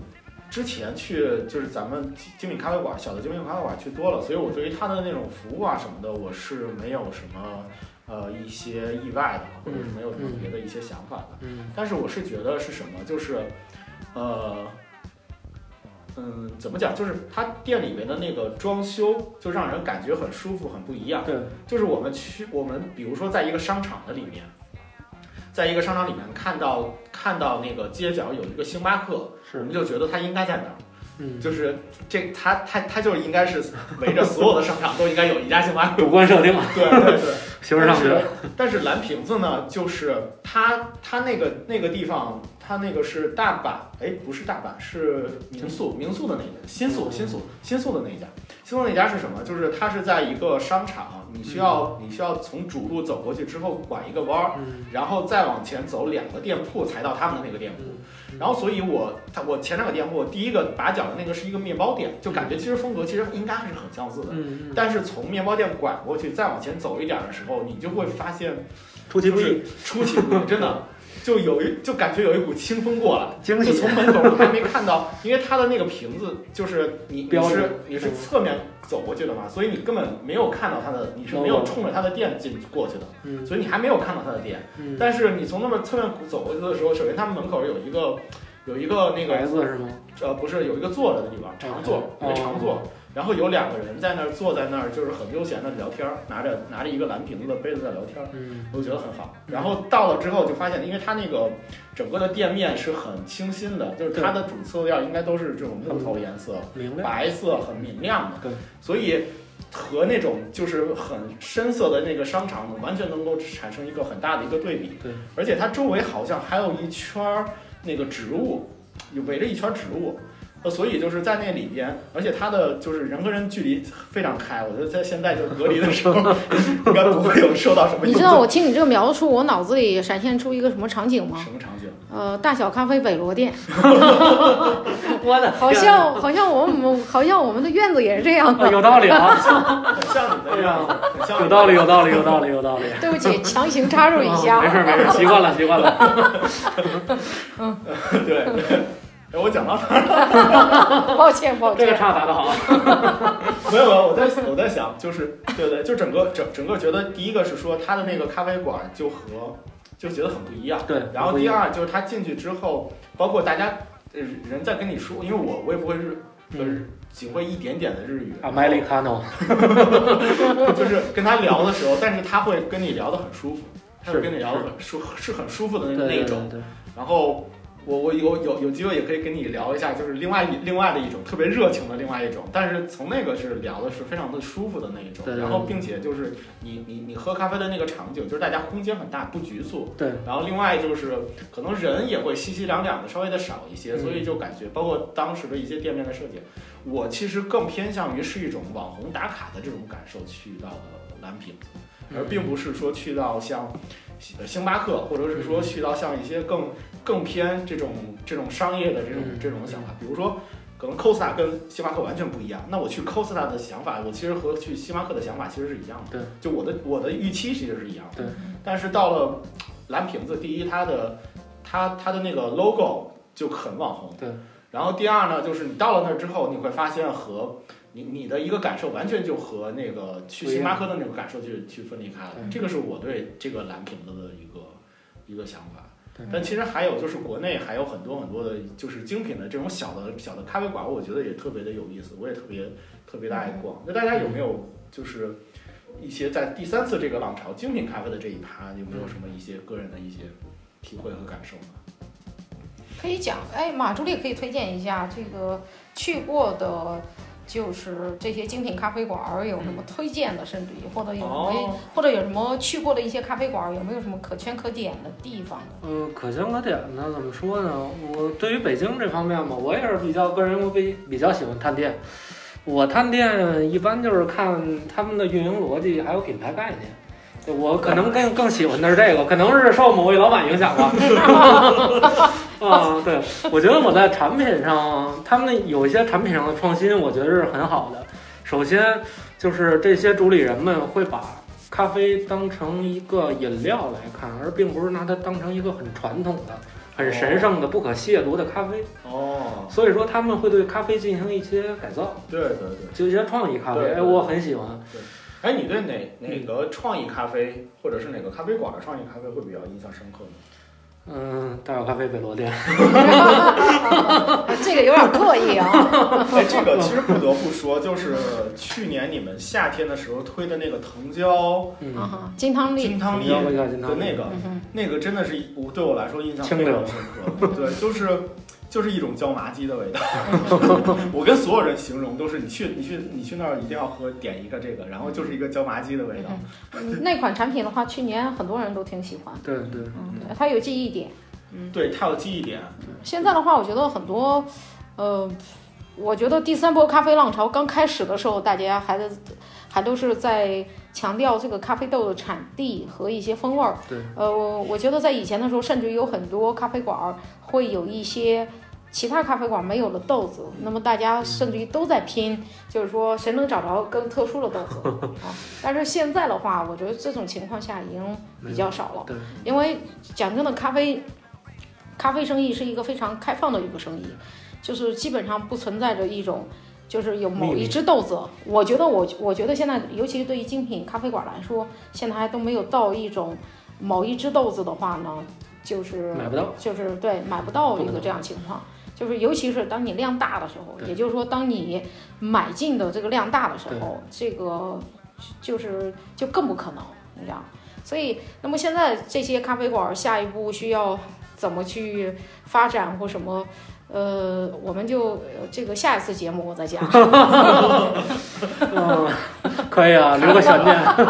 之前去就是咱们精品咖啡馆、小的精品咖啡馆去多了，所以我对于它的那种服务啊什么的，我是没有什么呃一些意外的，或者是没有什么别的一些想法的。嗯但是我是觉得是什么，就是，呃，嗯，怎么讲，就是它店里面的那个装修，就让人感觉很舒服，很不一样。对，就是我们去，我们比如说在一个商场的里面，在一个商场里面看到看到那个街角有一个星巴克，我是们，就觉得它应该在哪儿。嗯，就是这，它它它就是应该是围着所有的商场都应该有一家星巴克。主观设定，对对对。形式上但学是，但是蓝瓶子呢，就是它它那个那个地方，它那个是大阪，哎，不是大阪，是民宿，民宿的那个新宿，嗯新宿，新宿的那一家，新宿那家是什么？就是它是在一个商场，你需要你需要从主路走过去之后拐一个弯儿，嗯，然后再往前走两个店铺才到他们的那个店铺。嗯然后，所以我它我前两个店铺，第一个把角的那个是一个面包店，就感觉其实风格其实应该还是很相似的。嗯，嗯但是从面包店拐过去，再往前走一点的时候，你就会发现出其不意，出其不意，真 的就有一就感觉有一股清风过来，惊就喜，从门口我还没看到，因为它的那个瓶子就是你你标是志你是侧面走过去的嘛，所以你根本没有看到它的，你是没有冲着它的店进过去的，嗯所以你还没有看到它的店。嗯，但是你从那么侧面走过去的时候，首先他们门口有一个有一个那白个字是吗？呃不是有一个坐着的地方，长坐哦有一个长坐。然后有两个人在那儿坐在那儿，就是很悠闲的聊天儿，拿着拿着一个蓝瓶子的杯子在聊天儿。嗯我觉得很好。然后到了之后就发现，因为它那个整个的店面是很清新的，就是它的主色调应该都是这种木头颜色，明白，白色很明亮的对，所以和那种就是很深色的那个商场完全能够产生一个很大的一个对比。对，而且它周围好像还有一圈儿那个植物，有围着一圈儿植物。呃，所以就是在那里边，而且它的就是人和人距离非常开，我觉得在现在就是隔离的 时候，应该不会有受到什么影响。你知道我听你这个描述，我脑子里闪现出一个什么场景吗？什么场景？嗯、呃，大小咖啡北罗店，我的好天 啊像 好像我们好像我们的院子也是这样啊的。 有道理啊， 很像你的样子，很像你的有道理，有道理，有道理，有道理。对不起，强行插入一下啊没。事儿没事儿，习惯了习惯了。对。哎，我讲到哪儿？抱歉抱这个歉，岔打得好，啊没有没有，我在我在想，就是对对，就整个整整个觉得，第一个是说他的那个咖啡馆就和就觉得很不一样，对然后第二就是他进去之后，包括大家呃人在跟你说，因为我我也不会日，嗯呃，仅会一点点的日语，啊，麦里卡诺， 就是跟他聊的时候，但是他会跟你聊得很舒服，他会是跟你聊得很舒是很舒服的对那那对一种。对，然后我我有有有机会也可以跟你聊一下，就是另外一另外的一种特别热情的另外一种，但是从那个是聊的是非常的舒服的那一种对，对然后并且就是你你你喝咖啡的那个场景，就是大家空间很大，不局促。对。然后另外就是可能人也会熙熙攘攘的稍微的少一些，嗯所以就感觉包括当时的一些店面的设计，我其实更偏向于是一种网红打卡的这种感受去到的蓝屏。而并不是说去到像呃星巴克，或者是嗯说去到像一些更更偏这种这种商业的这种嗯这种想法，比如说。可能 Costa 跟星巴克完全不一样，那我去 Costa 的想法，我其实和去星巴克的想法其实是一样的，对，就我的我的预期其实是一样的，对。但是到了蓝瓶子，第一它的它它的那个 logo 就很网红，对。然后第二呢，就是你到了那儿之后，你会发现和你你的一个感受完全就和那个去不一样星巴克的那种感受去去分离开了对。这个是我对这个蓝瓶子的一个一个想法对。但其实还有就是国内还有很多很多的，就是精品的这种小的小的咖啡馆，我觉得也特别的有意思，我也特别特别的爱逛。那大家有没有就是一些在第三次这个浪潮精品咖啡的这一趴，有没有什么一些个人的一些体会和感受呢？可以讲，哎，马助理可以推荐一下这个去过的。就是这些精品咖啡馆儿有什么推荐的，甚至于或者有什么、哦或者有什么去过的一些咖啡馆儿，有没有什么可圈可点的地方呢？嗯，可圈可点呢，怎么说呢？我对于北京这方面嘛，我也是比较个人，我比比较喜欢探店。我探店一般就是看他们的运营逻辑，还有品牌概念。对我可能更更喜欢的是这个，可能是受某位老板影响吧。 啊，对，我觉得我在产品上，他们有一些产品上的创新，我觉得是很好的。首先就是这些主理人们会把咖啡当成一个饮料来看，而并不是拿它当成一个很传统的、很神圣的、不可亵渎的咖啡。哦，所以说他们会对咖啡进行一些改造，对对对。就一些创意咖啡。对哎，我很喜欢。哎，你对哪哪个创意咖啡，或者是哪个咖啡馆的创意咖啡会比较印象深刻呢？嗯，大小咖啡北罗店。 这个有点刻意啊。哎，这个其实不得不说，就是去年你们夏天的时候推的那个藤椒啊嗯，哈，金汤力金，汤你力要不的要进他那个，嗯哼，那个真的是我对我来说印象非常深刻。对，就是就是一种椒麻鸡的味道。 嗯我跟所有人形容都是，你去你去你去那儿一定要喝点一个这个，然后就是一个椒麻鸡的味道。嗯那款产品的话，去年很多人都挺喜欢，对对，嗯，对它有记忆点。对，它有记忆点。现在的话，我觉得很多，呃，我觉得第三波咖啡浪潮刚开始的时候，大家还在还都是在强调这个咖啡豆的产地和一些风味儿。对，呃，我我觉得在以前的时候，甚至有很多咖啡馆儿会有一些。其他咖啡馆没有的豆子，那么大家甚至于都在拼，就是说谁能找着更特殊的豆子啊？但是现在的话，我觉得这种情况下已经比较少了。对，因为讲真的，咖啡，咖啡生意是一个非常开放的一个生意，就是基本上不存在着一种，就是有某秘密一只豆子。我觉得我，我觉得现在，尤其是对于精品咖啡馆来说，现在还都没有到一种某一只豆子的话呢，就是买 不到。就是对买不到不一能个这样情况，就是尤其是当你量大的时候，对也就是说当你买进的这个量大的时候，这个就是就更不可能，你知道。所以，那么现在这些咖啡馆下一步需要怎么去发展或什么？呃，我们就呃这个下一次节目我再 讲。 嗯，可以啊，留个悬念。太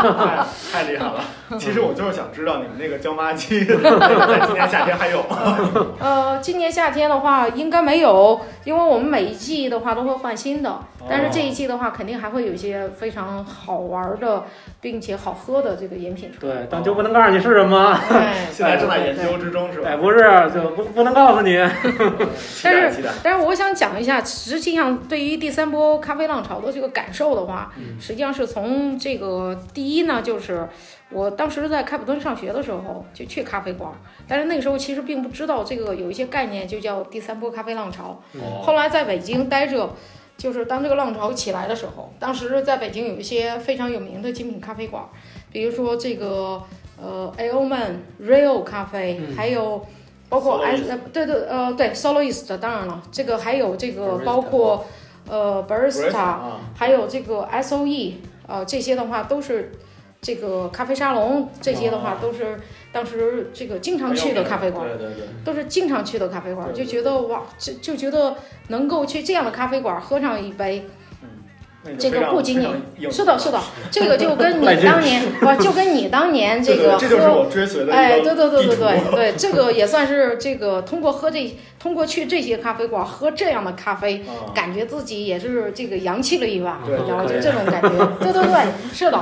太厉害了。其实我就是想知道你们那个椒麻 鸡在今年夏天还有吗？呃，今年夏天的话应该没有，因为我们每一季的话都会换新的，哦但是这一季的话肯定还会有一些非常好玩的，并且好喝的这个饮品出对，但就不能告诉你是什么，来。哦现在正在研究之中哦是哎，吧？不是，就不不能告诉你。期但待是期待。但是我想讲一下，实际上对于第三波咖啡浪潮的这个感受的话，嗯实际上是从这个第一呢，就是我当时在开普敦上学的时候就去咖啡馆，但是那个时候其实并不知道这个有一些概念，就叫第三波咖啡浪潮。哦嗯后来在北京待着，就是当这个浪潮起来的时候，当时在北京有一些非常有名的精品咖啡馆，比如说这个呃 a o m a n Rio 咖啡，嗯还有包括 Soloist S 呃对对呃对 Soloist 当然了，这个还有这个 Barista 包括呃 Barista Barista，啊，还有这个 SOE 呃这些的话都是。这个咖啡沙龙这些的话哦都是当时这个经常去的咖啡馆，对对对，都是经常去的咖啡馆，对就觉得哇，就就觉得能够去这样的咖啡馆喝上一杯，那你就这个非常不仅仅非常硬是的，是的，这个就跟赖你劲当 年哇，就跟你当年这对对个这就是喝，我追随的一个哎，对对对地对图对对，这个也 算是这个通过喝这通过去这些咖啡馆喝这样的咖啡，啊，嗯感觉自己也是这个洋气了一把，对然后嗯可就以啊这种感觉，对对对，是的。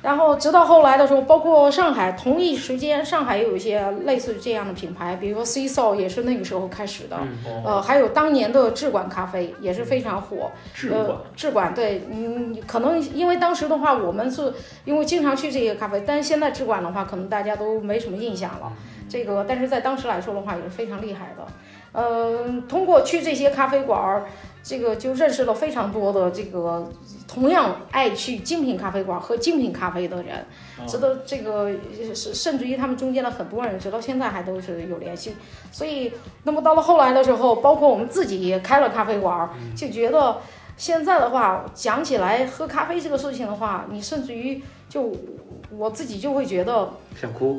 然后直到后来的时候，包括上海，同一时间上海也有一些类似于这样的品牌，比如说 C s o 也是那个时候开始的，嗯哦呃，还有当年的智管咖啡也是非常火。智呃管，智管对，嗯，可能因为当时的话，我们是因为经常去这些咖啡，但是现在智管的话，可能大家都没什么印象了。这个，但是在当时来说的话，也是非常厉害的。呃，通过去这些咖啡馆儿，这个就认识了非常多的这个同样爱去精品咖啡馆儿喝精品咖啡的人。直啊到这个，甚甚至于他们中间的很多人，直到现在还都是有联系。所以，那么到了后来的时候，包括我们自己也开了咖啡馆儿，就觉得现在的话，讲起来喝咖啡这个事情的话，你甚至于就我自己就会觉得，想哭。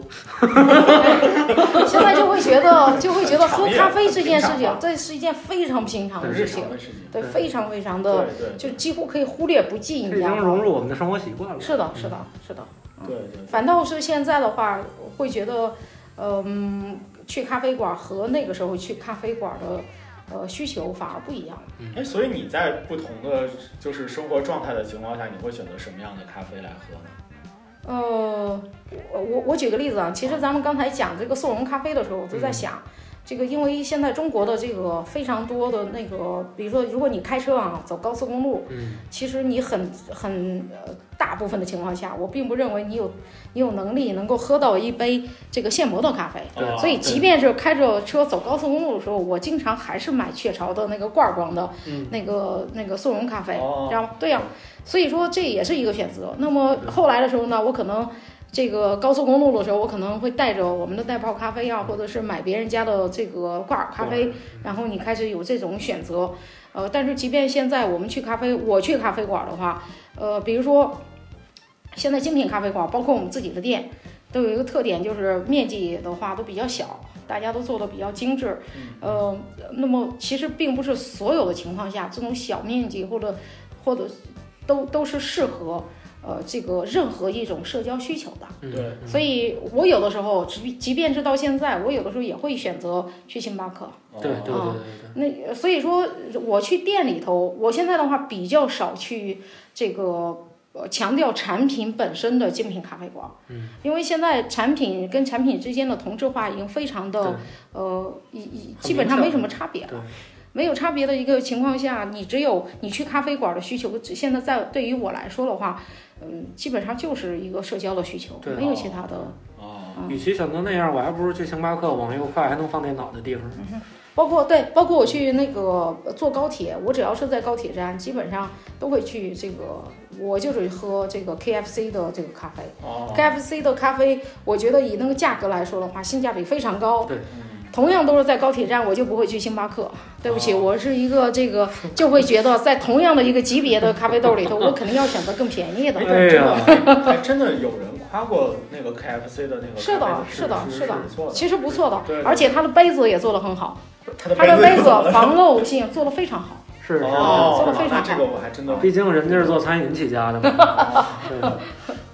现在就会觉得 就会觉得喝很常见咖啡这件事很平情常，这是一件非常平常很的日事情常，的事情，对，对非常非常的，对对就几乎可以忽略不计这一已经样。融入我们的生活习惯了。是嗯的，是的，是的。对对，反倒是现在的话，会觉得，嗯，去咖啡馆和那个时候去咖啡馆的，呃，需求反而不一样。哎，所以你在不同的就是生活状态的情况下，你会选择什么样的咖啡来喝呢？呃，我我我举个例子啊，其实咱们刚才讲这个速溶咖啡的时候，我就嗯在想，这个因为现在中国的这个非常多的那个，比如说如果你开车啊走高速公路，嗯，其实你很很呃大部分的情况下，我并不认为你有你有能力能够喝到一杯这个现磨的咖啡。对啊所以，即便是开着车走高速公路的时候，我经常还是买雀巢的那个罐装的嗯那个、那个速溶咖啡，哦然后对呀、所以说这也是一个选择。那么后来的时候呢，我可能这个高速公路的时候，我可能会带着我们的袋泡咖啡啊，或者是买别人家的这个挂耳咖啡，然后你开始有这种选择。呃，但是即便现在我们去咖啡，我去咖啡馆的话，呃，比如说现在精品咖啡馆，包括我们自己的店，都有一个特点，就是面积的话都比较小，大家都做的比较精致。呃，那么其实并不是所有的情况下，这种小面积或者或者都都是适合呃这个任何一种社交需求的。嗯对，所以我有的时候，即即便是到现在，我有的时候也会选择去星巴克。哦对对对哦对对。那所以说，我去店里头，我现在的话比较少去这个呃强调产品本身的精品咖啡馆，嗯，因为现在产品跟产品之间的同质化已经非常的呃，已已基本上没什么差别对了。没有差别的一个情况下，你只有你去咖啡馆的需求，现在在对于我来说的话，嗯，基本上就是一个社交的需求，对没有哦其他的。哦，嗯与其想到那样，我还不如去星巴克，往右快还能放电脑的地方。包括对，包括我去那个呃坐高铁，我只要是在高铁站，基本上都会去这个，我就是喝这个 KFC 的这个咖啡。哦， KFC 的咖啡，我觉得以那个价格来说的话，性价比非常高。对嗯同样都是在高铁站，我就不会去星巴克。对不起，哦我是一个这个，就会觉得在同样的一个级别的咖啡豆里头，我肯定要选择更便宜的。哎呀，还真的有人夸过那个 KFC 的那个是的咖啡是的是是的不错其实不错的对对，而且它的杯子也做得很好，的，他的它的杯有子了防漏性做得非常好。是是哦，做得是，非常好那这个我还真的 毕竟人家是做餐饮起家的嘛。对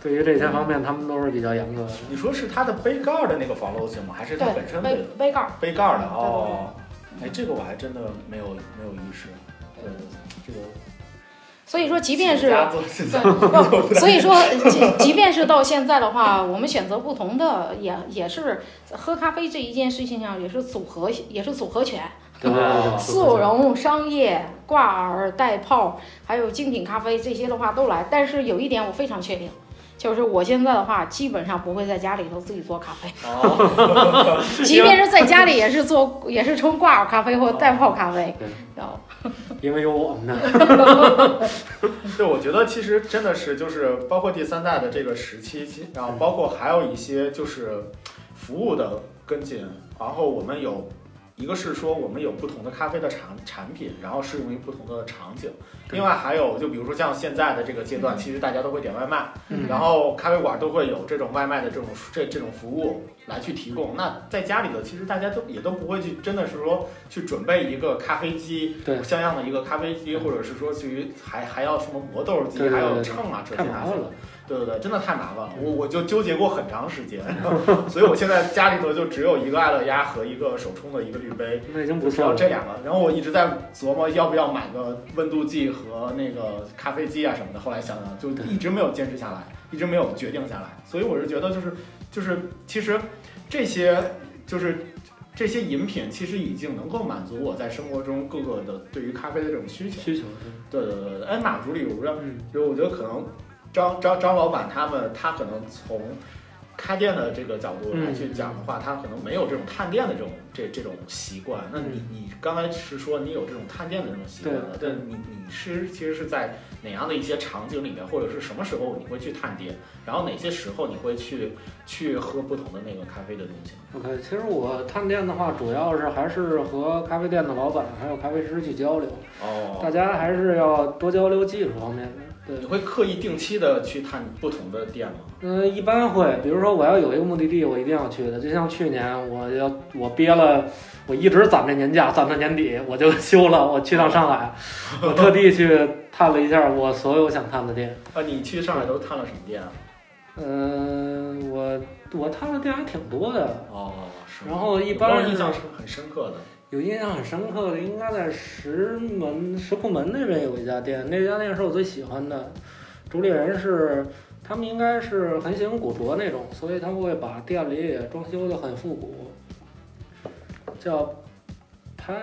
对于这些方面，他们都是比较严格的。你说是它的杯盖的那个防漏性吗？还是它本身杯的杯盖儿，杯盖的？嗯哦，哎，这个我还真的没有没有意识。对，这个所以说即便是家做自家对，不， 所以说，即即便是到现在的话，我们选择不同的也也是喝咖啡这一件事情上也是组合，也是组合拳，对对对对，速溶、商业、挂耳、带泡，还有精品咖啡这些的话都来。但是有一点我非常确定，就是我现在的话基本上不会在家里头自己做咖啡，哦， 即便是在家里也是做，也是冲挂耳咖啡或带泡咖啡对，然后因为有我们呢。对，我觉得其实真的是就是包括第三代的这个时期，其然后包括还有一些就是服务的跟进，然后我们有。一个是说我们有不同的咖啡的产产品，然后适用于不同的场景。对另外还有就比如说像现在的这个阶段，其实大家都会点外卖，嗯然后咖啡馆都会有这种外卖的这种这这种服务来去提供。那在家里的，其实大家都也都不会去，真的是说去准备一个咖啡机，对像样的一个咖啡机，或者是说至于还还要什么磨豆机，对对对还有对秤啊这些太麻那烦些的了，对对对，真的太麻烦了，我我就纠结过很长时间， 所以我现在家里头就只有一个爱乐压和一个手冲的一个滤杯。那已经不只错有了。这两个，然后我一直在琢磨要不要买个温度计和那个咖啡机啊什么的。后来想想，就一直没有坚持下来，一直没有决定下来。所以我是觉得，就是就是，其实这些就是这些饮品，其实已经能够满足我在生活中各个的对于咖啡的这种需求。需求，对对对对，哎，马助理，我不知道，嗯，就我觉得可能张张张老板他们，他可能从开店的这个角度来去讲的话，他可能没有这种探店的这种这这种习惯。那你你刚才是说你有这种探店的这种习惯的，对但你你是其实是在哪样的一些场景里面，或者是什么时候你会去探店，然后哪些时候你会去去喝不同的那个咖啡的东西？ OK，其实我探店的话，主要是还是和咖啡店的老板还有咖啡师去交流，大哦，家还是要多交流技术方面的。对你，会刻意定期的去探不同的店吗？嗯，一般会，比如说我要有一个目的地，我一定要去的。就像去年，我要我憋了，我一直攒着年假，攒到年底我就 休了，我去趟上海，我特地去探了一下我所有想探的店。啊，你去上海都探了什么店啊？嗯、我我探的店还挺多的，哦，是吗。然后一有没般有印是象是很深刻的。有印象很深刻的，应该在石门石库门那边有一家店，那家店是我最喜欢的。主理人是他们应该是很喜欢古着那种，所以他们会把店里也装修的很复古，叫拍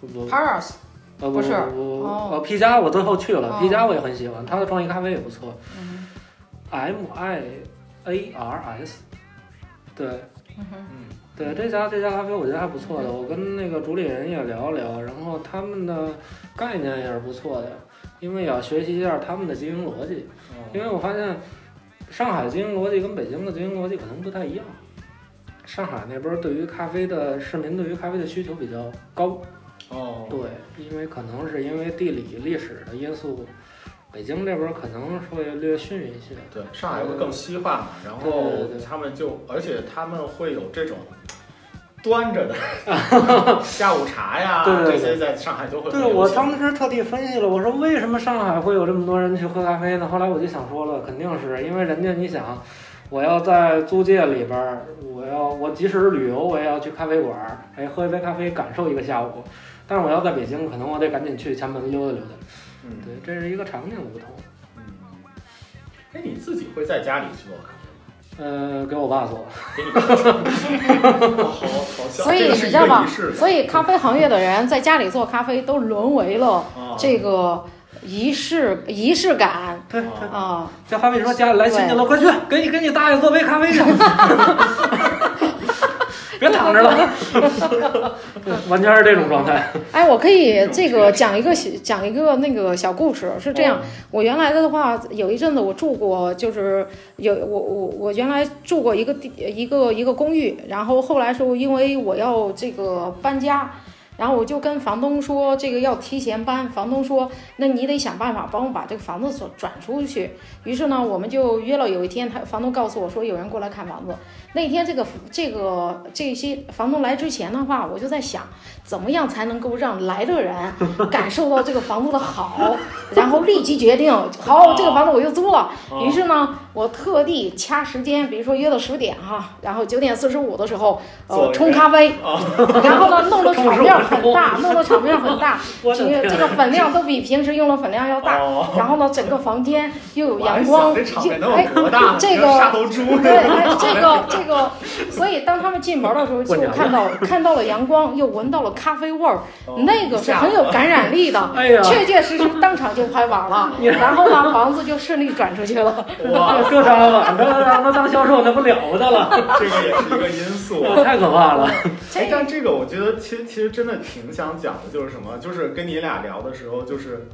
不不 p a r s 呃不是不哦呃 P 加我最后去了、哦 p 加我也很喜欢，他的创意咖啡也不错嗯，M I A R S，对，嗯哼嗯，对这家这家咖啡，我觉得还不错的。我跟那个主理人也聊了聊，然后他们的概念也是不错的，因为也要学习一下他们的经营逻辑。哦因为我发现上海经营逻辑跟北京的经营逻辑可能不太一样。上海那边对于咖啡的市民对于咖啡的需求比较高，哦，对，因为可能是因为地理历史的因素，北京这边可能会略逊一些。对，上海会更西化嘛，然对后对对他们就，而且他们会有这种端着的 下午茶呀，对对这对些在上海都会很对，流行。我当时特地分析了，我说为什么上海会有这么多人去喝咖啡呢？后来我就想说了，肯定是因为人家你想，我要在租界里边儿，我要我即使是旅游，我也要去咖啡馆儿，哎，喝一杯咖啡，感受一个下午。但是我要在北京，可能我得赶紧去前门溜达溜达。嗯对，这是一个场景的不同。嗯，哎，你自己会在家里做咖啡呃，给我爸做，吗？ 给你看好好好笑，所以这个是你一知道个吧仪式所以咖啡行业的人在家里做咖啡都沦为了啊，这个仪式仪式感对对啊。就好比说家里来新人了，快去给你给你大爷做杯咖 啡去，别躺着了， 对完全是这种状态。哎，我可以这个讲一个小讲一个那个小故事，是这样。我原来的话，有一阵子我住过，就是有我我我原来住过一个地一个一个公寓，然后后来时候因为我要这个搬家。然后我就跟房东说这个要提前搬，房东说那你得想办法帮我把这个房子转转出去。于是呢，我们就约了有一天，他房东告诉我说有人过来看房子。那天这个这个这些房东来之前的话，我就在想。怎么样才能够让来的人 感受哦到这个房子的好，然后立即决定，好，这个房子我就租了。于是呢，我特地掐时间，比如说约到十点哈、然后九点四十五的时候，做呃，人冲咖啡，啊，然后呢，弄得场面很大，哦 冲弄得场面很大，我这的个天这个粉量都比平时用的粉量要大。哦，然后呢，整个房间又有我还阳想光，这场面能又哎有多大？，这你说杀个。头猪，对，哎，这个这个，所以当他们进门的时候，就过奖了看到看到了阳光，又闻到了咖啡味儿，哦那个是很有感染力的，哎呀，确确实实当场就拍完了，然后呢，房子就顺利转出去了。哇，这张晚这让他当销售，那不了不 得了，这个也是一个因 素。太可怕了。哎这，个但这个我觉得其实其实真的挺想讲的，就是什么，就是跟你俩聊的时候，就是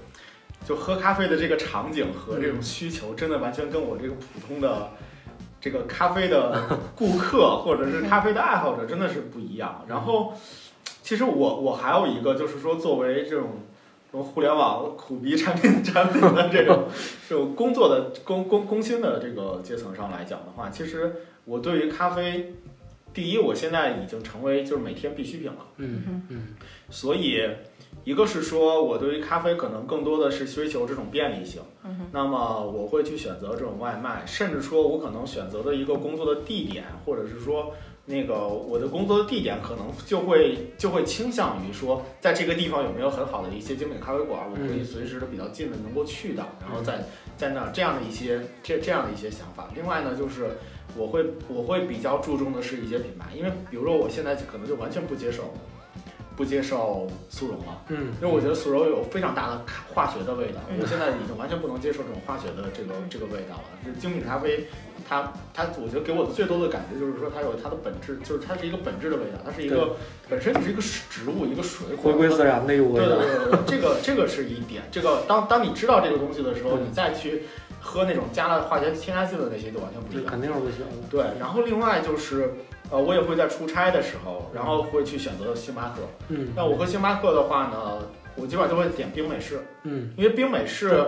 就喝咖啡的这个场景和这种需求，真的完全跟我这个普通的这个咖啡的顾客或者是咖啡的爱好者真的是不一样。然后，其实我我还有一个就是说，作为这种。这种互联网苦逼产品产品的这种 这种工作的工工工薪的这个阶层上来讲的话，其实我对于咖啡，第一，我现在已经成为就是每天必需品了。嗯嗯所以，一个是说我对于咖啡可能更多的是追求这种便利性，嗯那么我会去选择这种外卖，甚至说我可能选择的一个工作的地点，或者是说那个我的工作的地点可能就会就会倾向于说，在这个地方有没有很好的一些精品咖啡馆，我可以随时的比较近的能够去到，然后嗯在在那儿这样的一些这这样的一些想法。另外呢，就是我会我会比较注重的是一些品牌，因为比如说我现在可能就完全不接受不接受速溶了。嗯，因为我觉得苏州有非常大的化学的味道，嗯我现在已经完全不能接受这种化学的这个嗯这个味道了。这精品咖啡，它它，我觉得给我最多的感觉就是说，它有它的本质，就是它是一个本质的味道，它是一对个本身你是一个植物，一个水果，回归自然的一股味对对道。对对对，这个这个是一点。这个当当你知道这个东西的时候，嗯你再去喝那种加了化学添加剂的那些就完全不这一样。肯定是不行的。对，然后另外就是，呃，我也会在出差的时候，然后会去选择星巴克。嗯那我喝星巴克的话呢，我基本上都会点冰美式，嗯，因为冰美式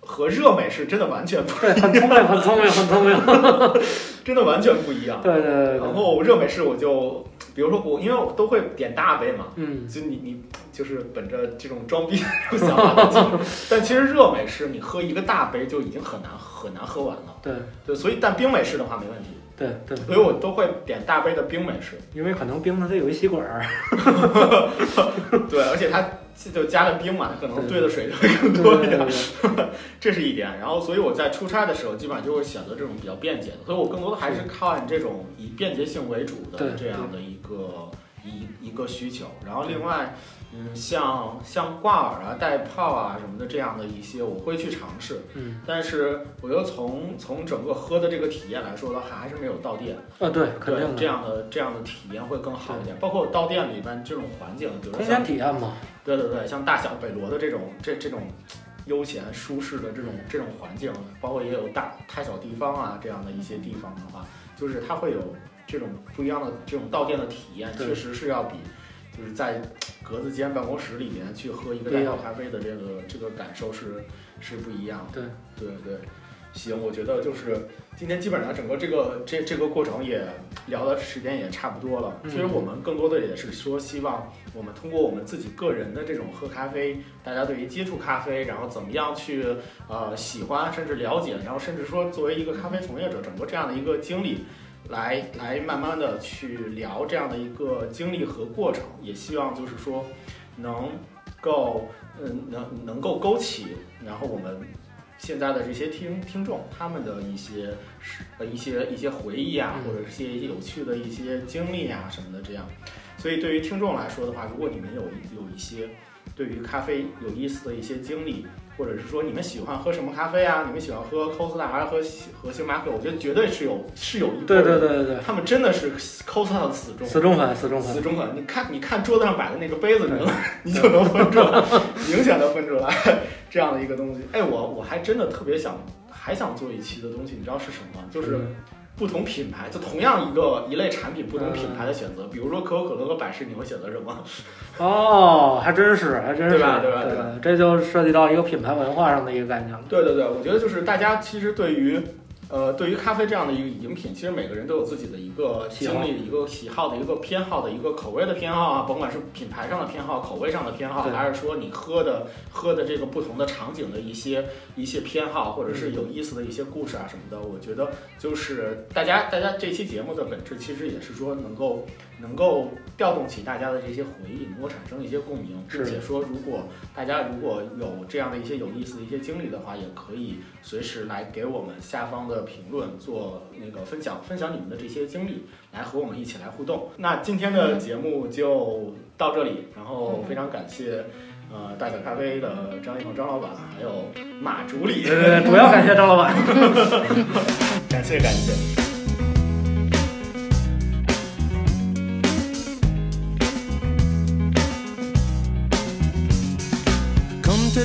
和热美式真的完全不， 对，很聪明，很聪明，很聪明。真的完全不一样。对对对然对，后热美式我就，比如说我，因为我都会点大杯嘛，嗯，就你你就是本着这种装逼这种想法 去，但其实热美式你喝一个大杯就已经很难很难喝完了。对对，所以但冰美式的话没问题，对对，所以我都会点大杯的冰美式。因为可能冰它它有一吸 管儿，对，而且它就加了冰嘛，它可能兑的水就会对更多一对对点。对，这是一点。然后，所以我在出差的时候，基本上就会选择这种比较便捷的，所以我更多的还是看这种以便捷性为主的对这样的一个一一个需求。然后，另外，嗯，像像挂耳啊、带泡啊什么的这样的一些，我会去尝试。嗯但是，我觉得从从整个喝的这个体验来说的话，还是没有到店啊对，肯对这定的，样的这样的体验会更好一点。包括到店里边这种环境，比如说空像间体验嘛，对对对，像大小北罗的这种这这种悠闲舒适的这种这种环境，包括也有大太小地方啊这样的一些地方的话，就是它会有这种不一样的这种到店的体验，对确实是要比就是在格子间办公室里面去喝一个不一蛋样泡咖啡的这个这个感受是是不一样的。对对对，行，我觉得就是今天基本上整个这个这这个过程也聊的时间也差不多了。嗯其实我们更多的也是说，希望我们通过我们自己个人的这种喝咖啡，大家对于接触咖啡，然后怎么样去呃喜欢，甚至了解，然后甚至说作为一个咖啡从业者，整个这样的一个经历。来来，慢慢的去聊这样的一个经历和过程，也希望就是说，能够嗯能能够勾起，然后我们现在的这些听听众他们的一些是呃一些一些回忆啊，嗯或者是一些有趣的一些经历啊什么的这样。所以对于听众来说的话，如果你们有一有一些对于咖啡有意思的一些经历，或者是说你们喜欢喝什么咖啡啊，你们喜欢喝 Costa 还是喝喜和星巴克，我觉得绝对是有是有一波对人对对对对，他们真的是 Costa 的死忠。死忠粉，死忠死粉，忠粉，你看，你看桌子上摆的那个杯子，你能， 你就能分出来，明显的分出来这样的一个东西。哎，我我还真的特别想，还想做一期的东西，你知道是什么吗？就是嗯不同品牌，就同样一个一类产品，不同嗯品牌的选择。比如说可口可乐和百事，你会选择什么？哦，还真是，还真是，对吧对吧对 对，这就涉及到一个品牌文化上的一个概念了。对对对，我觉得就是大家其实对于呃，对于咖啡这样的一个饮品，其实每个人都有自己的一个经历、一个喜好的一个偏好的一个口味的偏好啊，甭管是品牌上的偏好、口味上的偏好，对还是说你喝的喝的这个不同的场景的一些一些偏好，或者是有意思的一些故事啊什么的。我觉得就是大家大家这期节目的本质其实也是说能够能够调动起大家的这些回忆，能够产生一些共鸣，并是且说如果大家如果有这样的一些有意思的一些经历的话，也可以随时来给我们下方的评论做那个分享，分享你们的这些经历，来和我们一起来互动。那今天的节目就到这里，然后非常感谢呃大小咖啡的张一鹏张老板，还有马主理，呃，主要感谢张老板。 感谢感谢。 Come to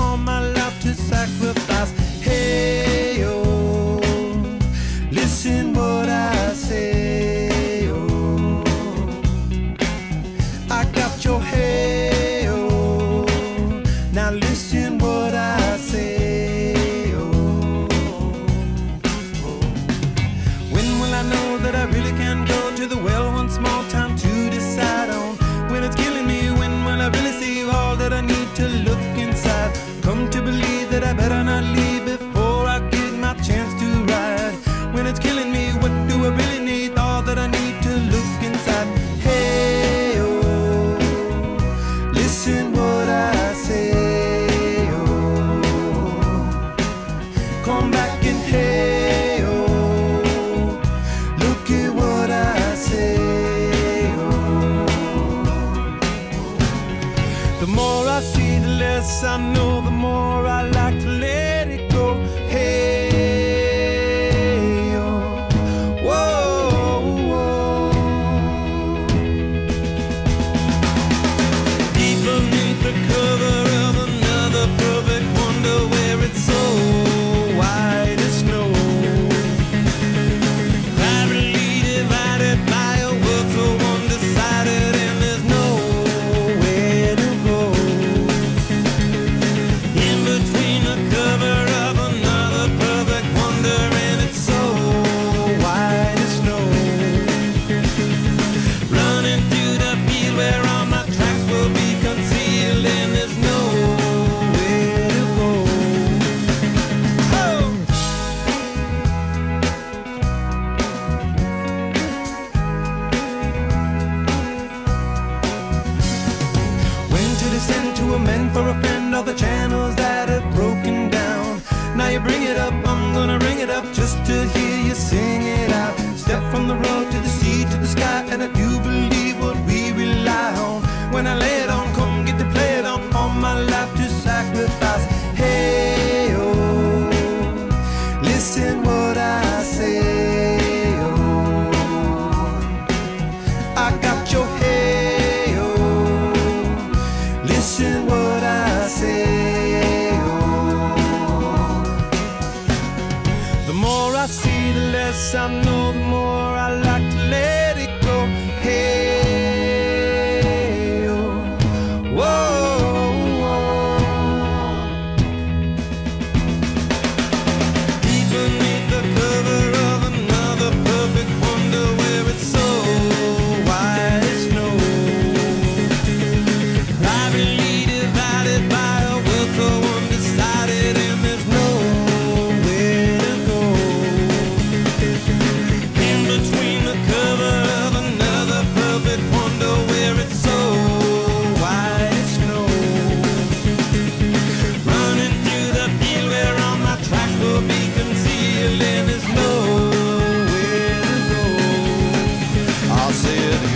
all my life to sacrifice. Hey, oh, listen what I say, oh. I got your hail. Now listen what I say. Oh, When will I know that I really can go to the well once more? Time to decide on when it's killing me. When will I really see all that I need to look inside? Come to believe that I better not leave before I get my chance to ride. When it's killing me, what do I really need? All that I need to look inside. Hey, oh, listen what I say. Oh come back and hey oh look at what I say oh the more I see the less I know the more I like to let it go hey oh whoa Deep beneath the cover of another perfect wonder where it's so white as snow. Virally divided by a world so undecided and there's nowhere to go. In between the cover of another perfect wonder and it's so white as snow. Running through the field where all my tracks will be concealed and there's nowhere to go. Oh! When to descend to amend for a friend all the channels that have broken down. Now you bring it up, I'm gonna ring it up just to hear you sing it out. Step from the road to the sea to the sky, and I do believe what we rely on. When I lay it on, come get to play it on. All my life to sacrifice. Hey, oh, listen what I say. Oh. I got your hail. Listen what I say. oh. The more I see, the less I know. The more I like to let it go. Hey, oh. whoa. Deep beneath the cover of another perfect wonder where it's so white as snow. Privately divided by a world so undecided and there's nowhere to go. In between the cover of another perfect wonder where it's so white as snow. Running through the field where all my tracks will be concealed and there's nowhere to go. I said, oh, oh, oh, oh,